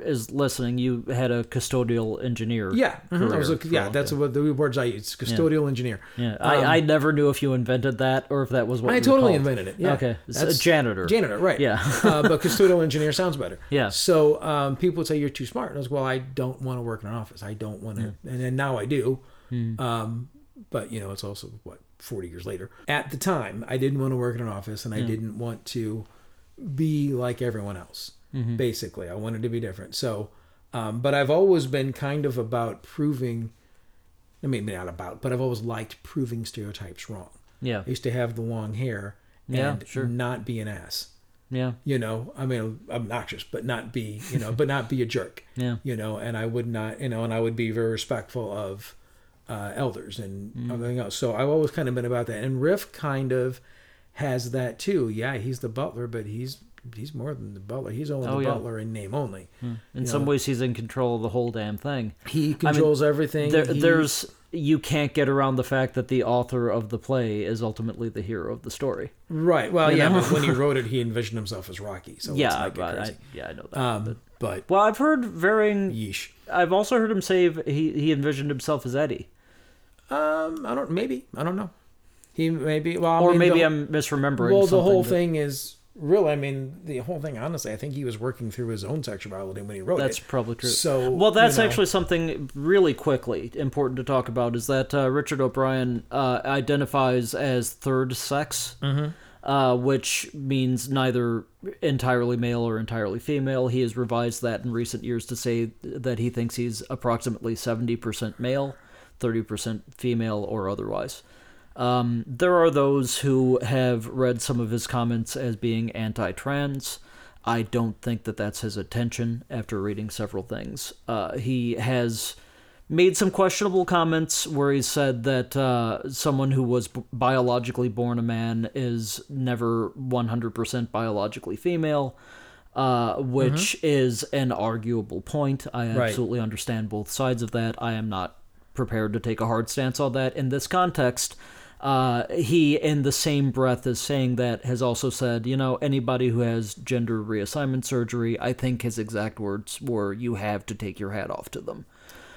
is listening you had a custodial engineer yeah, mhm, I career was looking- for a yeah. long That's time. what the words I use. Custodial engineer. yeah I, Um, I never knew if you invented that or if that was what I you totally called. invented it. Yeah. okay it's a That's- janitor Janitor, right? Yeah. uh, but custodial engineer sounds better. Yeah. So um, people would say you're too smart. And I was well, I don't want to work in an office. I don't want to. And then now I do. Hmm. Um, but you know, it's also what 40 years later. At the time, I didn't want to work in an office, and I didn't want to be like everyone else. Mm-hmm. Basically, I wanted to be different. So, um, but I've always been kind of about proving. I mean, not about, but I've always liked proving stereotypes wrong. yeah I used to have the long hair and Yeah, sure. not be an ass. yeah You know, I mean, obnoxious, but not be, you know, but not be a jerk. Yeah. You know, and I would not, you know, and I would be very respectful of uh, elders and Mm. everything else. So I've always kind of been about that. And Riff kind of has that too. Yeah, he's the butler, but he's he's more than the butler. He's only Oh, the yeah. Hmm. butler in name only. In some ways, he's in control of the whole damn thing. He controls everything. There, He- There's you can't get around the fact that the author of the play is ultimately the hero of the story. right. Well, yeah. know? But when he wrote it, he envisioned himself as Rocky. So yeah, yeah, not get but I, crazy. yeah, I know that. but- um, but well, I've heard varying. yeesh. I've also heard him say he he envisioned himself as Eddie, Um, I don't. Maybe I don't know. He maybe. Well, I or mean, maybe the, I'm misremembering. Well, the something whole that- thing is real. I mean, the whole thing. Honestly, I think he was working through his own sexuality when he wrote That's it. probably true. So, well, that's you know. actually something really quickly important to talk about is that uh, Richard O'Brien uh, identifies as third sex, Mm-hmm. uh, which means neither entirely male or entirely female. He has revised that in recent years to say that he thinks he's approximately seventy percent male, thirty percent female, or otherwise. Um, there are those who have read some of his comments as being anti trans. I don't think that that's his intention after reading several things. Uh, he has made some questionable comments where he said that uh, someone who was b- biologically born a man is never 100% biologically female. Uh, which is an arguable point. I absolutely understand both sides of that. I am not prepared to take a hard stance on that in this context. Uh, he, in the same breath as saying that, has also said, you know, anybody who has gender reassignment surgery, I think his exact words were, you have to take your hat off to them.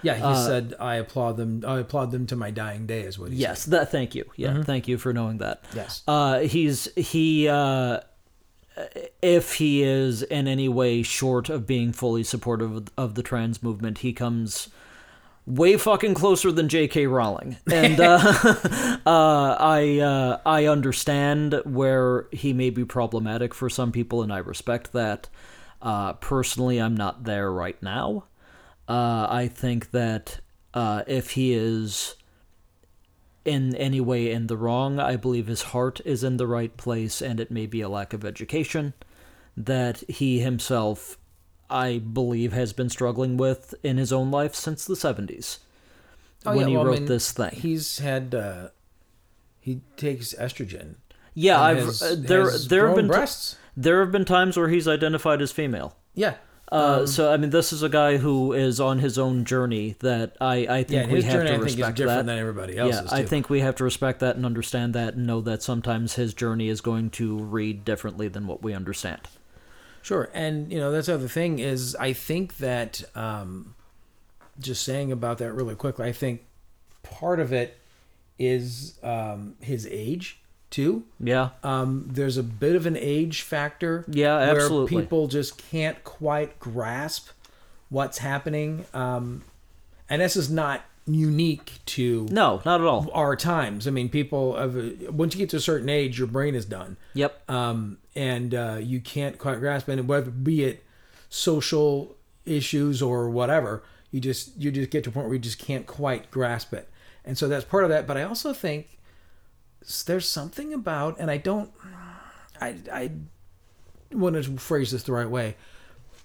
yeah, uh, he said, "I applaud them. I applaud them to my dying day." Is what he Yes, that. Thank you. Yeah, thank you for knowing that. Yes. Uh, he's he. Uh, if he is in any way short of being fully supportive of- of the trans movement, he comes way fucking closer than J.K. Rowling, and uh, uh, I uh, I understand where he may be problematic for some people, and I respect that. Uh, personally, I'm not there right now. Uh, I think that uh, if he is in any way in the wrong. I believe his heart is in the right place, and it may be a lack of education that he himself, I believe, has been struggling with in his own life since the 70s Oh, when yeah, he well, I wrote mean, this thing. He's had. Uh, he takes estrogen. yeah, and I've has- uh, there has there have grown been t- breasts. there have been times where he's identified as female. yeah. Uh, so I mean, this is a guy who is on his own journey that I, I Yeah, think we his have journey to I think is respect different that. than everybody yeah, else's. I too. think we have to respect that and understand that and know that sometimes his journey is going to read differently than what we understand. Sure, and you know that's the other thing is I think that um, just saying about that really quickly. I think part of it is um, his age too. Yeah, Um, there's a bit of an age factor. Yeah, absolutely. Where people just can't quite grasp what's happening, um, and this is not unique to no, not at all. our times. I mean, people have, once you get to a certain age, your brain is done Yep, um, and uh, you can't quite grasp it. And whether be it social issues or whatever, you just you just get to a point where you just can't quite grasp it. And so that's part of that. But I also think s- there's something about, and I don't, I I want to phrase this the right way,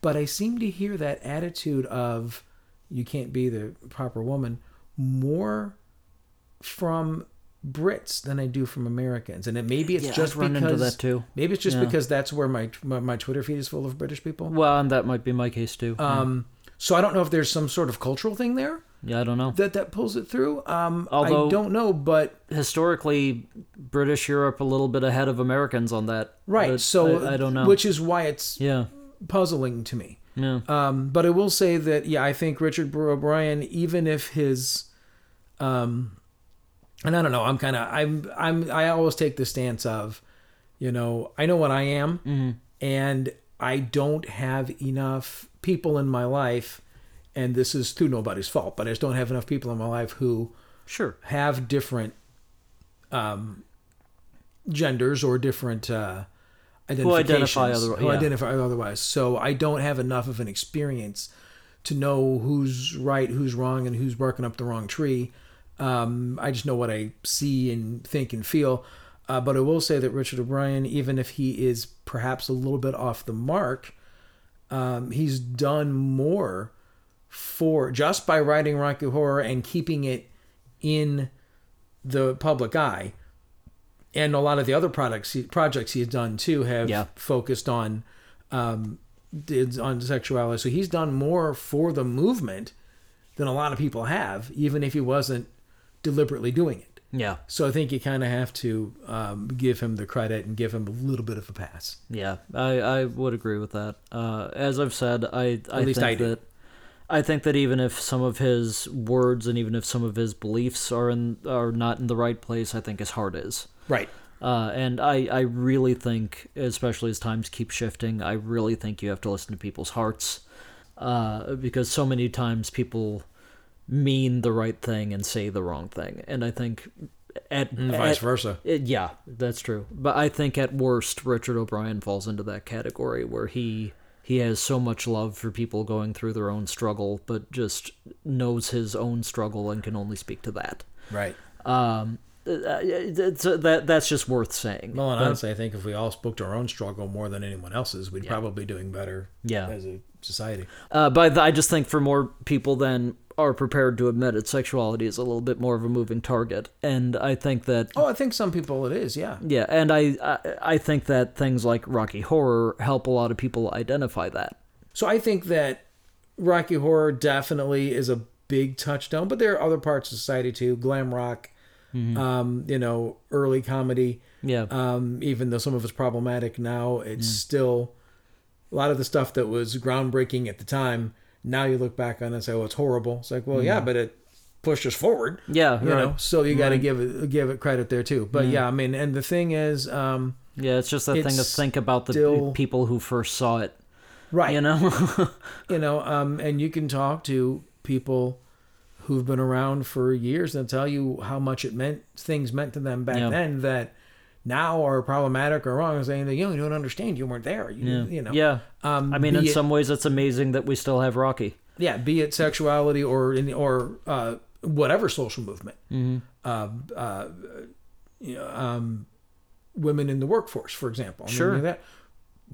but I seem to hear that attitude of you can't be the proper woman more from Brits than I do from Americans, and it, maybe it's Yeah, just I've run into because that too. Maybe it's just Yeah. Mm. because that's where my, my my Twitter feed is full of British people. well, and that might be my case too. Um, so I don't know if there's some sort of cultural thing there yeah, I don't know. that that pulls it through. Um, I Although- don't know, but Historically, British Europe a little bit ahead of Americans on that. right. But so I, I don't know. which is why it's yeah, puzzling to me. yeah, Um, but I will say that yeah, I think Richard Br- O'Brien, even if his, um, and I don't know, I'm kind of I'm I'm I always take the stance of, you know, I know what I am, and I don't have enough people in my life, and this is through nobody's fault, but I just don't have enough people in my life who sure. have different um, genders or different uh, identifications. identify other- who yeah. identify otherwise. So I don't have enough of an experience to know who's right, who's wrong, and who's barking up the wrong tree. Um, I just know what I see and think and feel. Uh, but I will say that Richard O'Brien, even if he is perhaps a little bit off the mark, um, he's done more for just by writing Rocky Horror and keeping it in the public eye. And a lot of the other products he, projects he's done too have Yeah. focused on um, did- on sexuality. So he's done more for the movement than a lot of people have, even if he wasn't deliberately doing it. Yeah, So I think you kind of have to um, give him the credit and give him a little bit of a pass. Yeah, I, I would agree with that. Uh, as I've said, I I least think I do. that I think that even if some of his words and even if some of his beliefs are in are not in the right place, I think his heart is. Right. Uh, and I, I really think, especially as times keep shifting, I really think you have to listen to people's hearts uh, because so many times people mean the right thing and say the wrong thing. And I think at, And vice at- versa. it- yeah, that's true. But I think at worst, Richard O'Brien falls into that category where he he has so much love for people going through their own struggle, but just knows his own struggle and can only speak to that. Right. Um, uh, it's, uh, that that's just worth saying. Well, and But- honestly, I think if we all spoke to our own struggle more than anyone else's, we'd probably be doing better Yeah. as a society. Uh, but I just think for more people than are prepared to admit it, sexuality is a little bit more of a moving target, and I think that Oh, I think some people it is, yeah. Yeah, and I, I I think that things like Rocky Horror help a lot of people identify that. So I think that Rocky Horror definitely is a big touchstone, but there are other parts of society too, glam rock, um, you know, early comedy. Yeah, Um, even though some of it's problematic now, it's still a lot of the stuff that was groundbreaking at the time. Now you look back on it and say, "Oh, it's horrible." It's like, well, yeah, but it pushed us forward. yeah, you right. know so you got to give it give it credit there too but yeah i mean and the thing is um Yeah, it's just that thing to It's think about the still- people who first saw it. right You know, you know um and you can talk to people who've been around for years and tell you how much it meant things meant to them back Yeah. then that now are problematic or wrong saying that you, know, you don't understand you weren't there you, yeah. you know yeah. um I mean, in be it, some ways, it's amazing that we still have Rocky. yeah be it sexuality or in or uh whatever social movement Mm-hmm. um uh you know, um women in the workforce for example I mean, Sure. that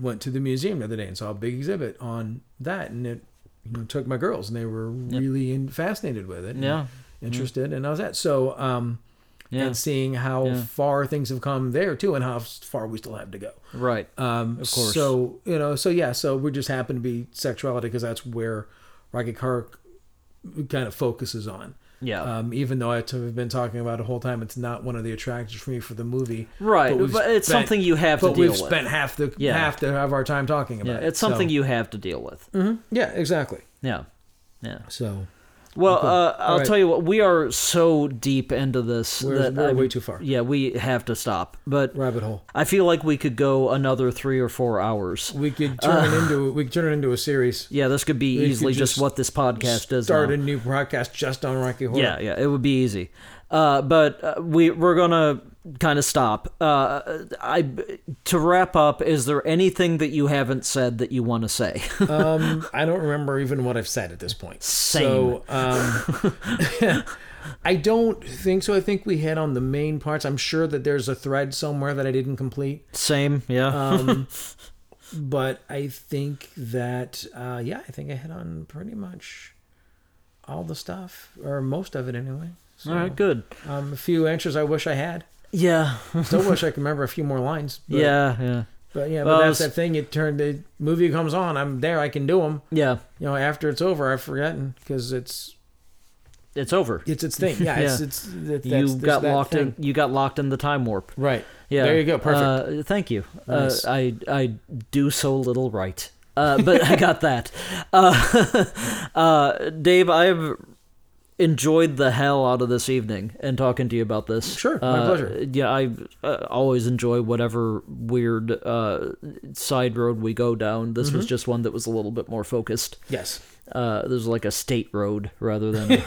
went to the museum the other day and saw a big exhibit on that and it you know, took my girls and they were really in, fascinated with it and Yeah. interested and all that so um Yeah. and seeing how Yeah. far things have come there too, and how far we still have to go. Right. Um, of course. So you know, so yeah, so we just happen to be sexuality because that's where Rocket Car kind of focuses on. Yeah. Um, even though I've been talking about it the whole time, it's not one of the attractions for me for the movie. Right, we've but it's something you have to but we've deal with. spent half the Yeah. half the of our time talking about. yeah. it, It's something so. Mm. you have to deal with. Yeah, exactly. Yeah. Yeah. So Well, uh, I'll right. tell you what. We are so deep into this We're- that we're I'm- way too far. Yeah, we have to stop. But rabbit hole. I feel like we could go another three or four hours. We could turn it into we could turn it into a series. Yeah, this could be could easily just, just what this podcast is. Start now. a new podcast just on Rocky Horror. Yeah, yeah, it would be easy. Uh, but uh, we we're gonna kind of stop. Uh, I to wrap up. Is there anything that you haven't said that you want to say? um, I don't remember even what I've said at this point. Same. So, um, I don't think so. I think we hit on the main parts. I'm sure that there's a thread somewhere that I didn't complete. Same. Yeah. Um, but I think that, uh, yeah, I think I hit on pretty much all the stuff, or most of it anyway. So, All right. Good. um, a few answers I wish I had. Yeah. Still wish I could remember a few more lines. But, yeah. Yeah. But yeah, Well, but that's it's- that thing. It turned the movie comes on. I'm there. I can do them. Yeah. You know, after it's over, I've forgotten because it's It's over. it's its thing. Yeah, it's Yeah. it's that, that's, you it's got that locked thing. in. You got locked in the time warp. Right. Yeah. There you go. Perfect. Uh, thank you. Nice. Uh, I I do so little right. Uh, but I got that. Uh, uh, Dave, I've enjoyed the hell out of this evening and talking to you about this. Sure, my Uh, pleasure. Yeah, I uh, always enjoy whatever weird uh, side road we go down. This Mm-hmm. was just one that was a little bit more focused. yes. Uh, there's like a state road rather than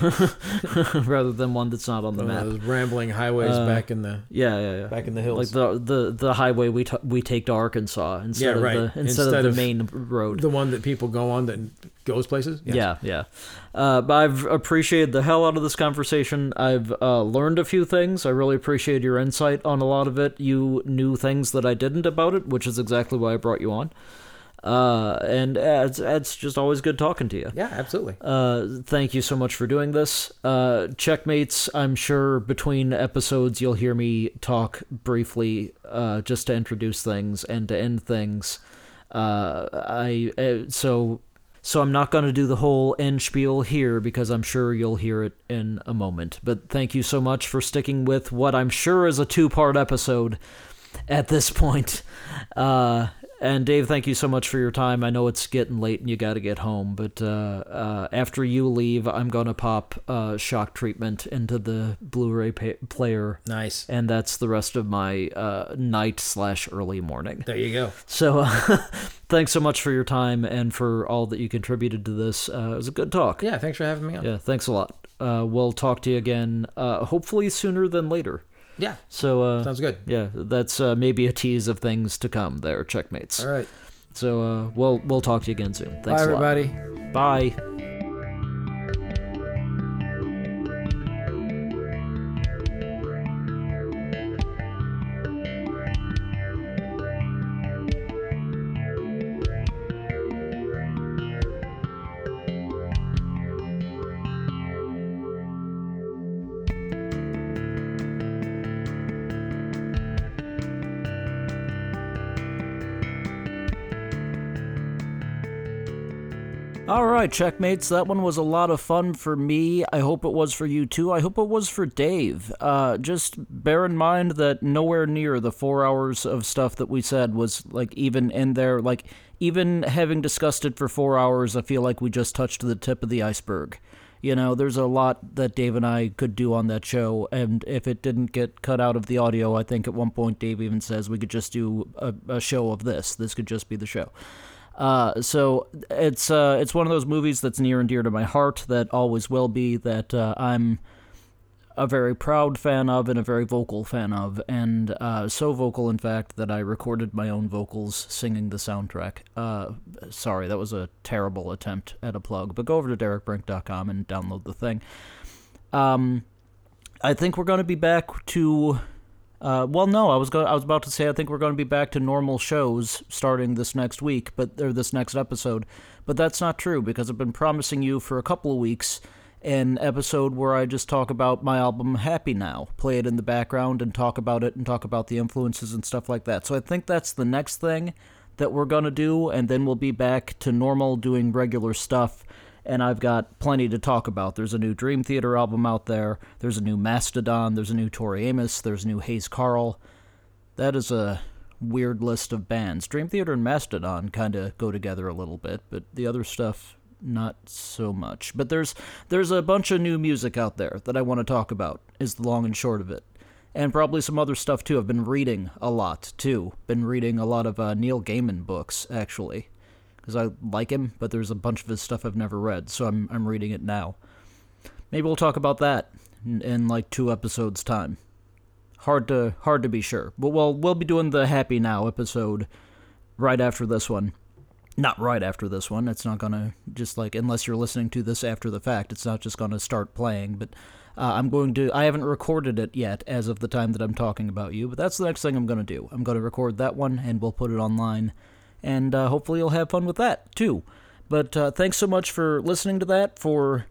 rather than one that's not on the One of map. Uh, those rambling highways back in the Yeah, yeah, yeah. back in the hills. Like the the the highway we t- we take to Arkansas instead Yeah, right. of the instead, of Instead the of main road. the one that people go on that goes places. Yes. Yeah, yeah. Uh, but I've appreciated the hell out of this conversation. I've uh, learned a few things. I really appreciate your insight on a lot of it. You knew things that I didn't about it, which is exactly why I brought you on. Uh, and uh, it's, it's just always good talking to you. Yeah, absolutely. Uh, thank you so much for doing this. Uh, checkmates, I'm sure between episodes you'll hear me talk briefly uh, just to introduce things and to end things. Uh, I uh, so so I'm not going to do the whole end spiel here because I'm sure you'll hear it in a moment. But thank you so much for sticking with what I'm sure is a two-part episode at this point. Uh, and Dave, thank you so much for your time. I know it's getting late and you got to get home, but uh, uh, after you leave, I'm going to pop uh, shock treatment into the Blu ray pa- player, Nice. and that's the rest of my uh, night slash early morning. There you go. So uh, thanks so much for your time and for all that you contributed to this. Uh, it was a good talk. Yeah. Thanks for having me on. Yeah. Yeah, thanks a lot. Uh, we'll talk to you again, uh, hopefully sooner than later. So uh, Sounds good. yeah, that's uh, maybe a tease of things to come there, checkmates. All right. So uh, we'll we'll talk to you again soon. Thanks Bye, a lot. everybody. Bye. All right, checkmates. That one was a lot of fun for me. I hope it was for you too. I hope it was for Dave. Uh, just bear in mind that nowhere near the four hours of stuff that we said was like even in there. Like even having discussed it for four hours, I feel like we just touched the tip of the iceberg. You know, there's a lot that Dave and I could do on that show, and if it didn't get cut out of the audio, I think at one point Dave even says we could just do a, a show of this. This could just be the show. Uh, so it's uh, it's one of those movies that's near and dear to my heart that always will be that uh, I'm a very proud fan of and a very vocal fan of, and uh, so vocal in fact that I recorded my own vocals singing the soundtrack. Uh, sorry, that was a terrible attempt at a plug, but go over to derekbrink.com and download the thing. Um, I think we're going to be back to. Uh, well, no, I was go- I was about to say I think we're going to be back to normal shows starting this next week, but or this next episode, but that's not true because I've been promising you for a couple of weeks, an episode where I just talk about my album Happy Now, play it in the background and talk about it and talk about the influences and stuff like that. So I think that's the next thing that we're going to do, and then we'll be back to normal doing regular stuff. And I've got plenty to talk about. There's a new Dream Theater album out there, there's a new Mastodon, there's a new Tori Amos, there's a new Hayes Carl. That is a weird list of bands. Dream Theater and Mastodon kind of go together a little bit, but the other stuff not so much. But there's there's a bunch of new music out there that I want to talk about. Is the long and short of it, and probably some other stuff too. I've been reading a lot too. Been reading a lot of uh, Neil Gaiman books actually, because I like him. But there's a bunch of his stuff I've never read, so I'm I'm reading it now. Maybe we'll talk about that in, in like two episodes time hard to hard to be sure. But we'll we'll be doing the happy now episode right after this one. Not right after this one. It's not gonna just like unless you're listening to this after the fact. It's not just gonna start playing. But uh, I'm going to. I haven't recorded it yet as of the time that I'm talking about you. But that's the next thing I'm gonna do. I'm gonna record that one and we'll put it online. And uh, hopefully you'll have fun with that too. But uh, thanks so much for listening to that for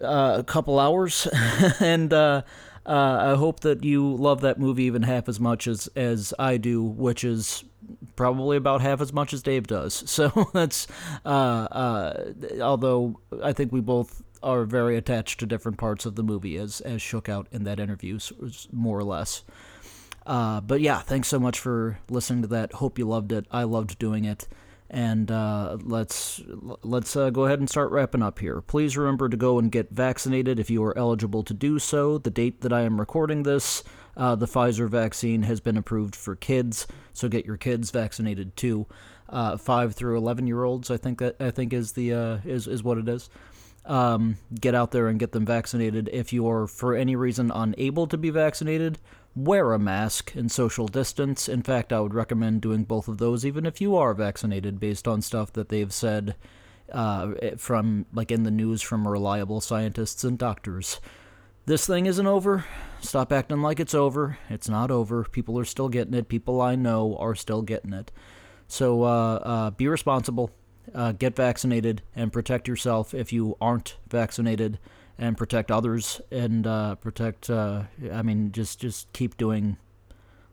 uh, a couple hours, and uh, uh, I hope that you love that movie even half as much as as I do, which is probably about half as much as Dave does. So that's uh, uh, although I think we both are very attached to different parts of the movie, as as shook out in that interview, s- s- more or less. Uh, but yeah, thanks so much for listening to that. Hope you loved it. I loved doing it. And uh, let's let's uh, go ahead and start wrapping up here. Please remember to go and get vaccinated if you are eligible to do so. The date that I am recording this, uh, the Pfizer vaccine has been approved for kids, so get your kids vaccinated too. Uh, five through eleven year olds, I think that I think is the uh, is is what it is um, get out there and get them vaccinated. If you are, for any reason, unable to be vaccinated, wear a mask and social distance. In fact, I would recommend doing both of those, even if you are vaccinated, based on stuff that they've said uh, from, like, in the news from reliable scientists and doctors. This thing isn't over. Stop acting like it's over. It's not over. People are still getting it. People I know are still getting it. So uh, uh, be responsible, uh, get vaccinated, and protect yourself if you aren't vaccinated, and protect others, and uh, protect. Uh, I mean, just just keep doing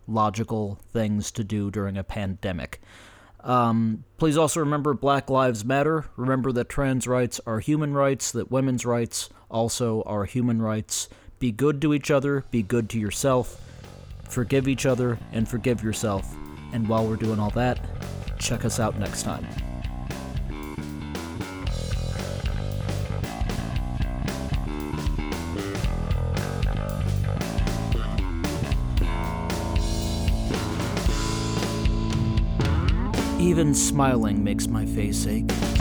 logical things to do during a pandemic. Um, please also remember Black Lives Matter. Remember that trans rights are human rights, that women's rights also are human rights. Be good to each other, be good to yourself, forgive each other, and forgive yourself. And while we're doing all that, check us out next time. Even smiling makes my face ache.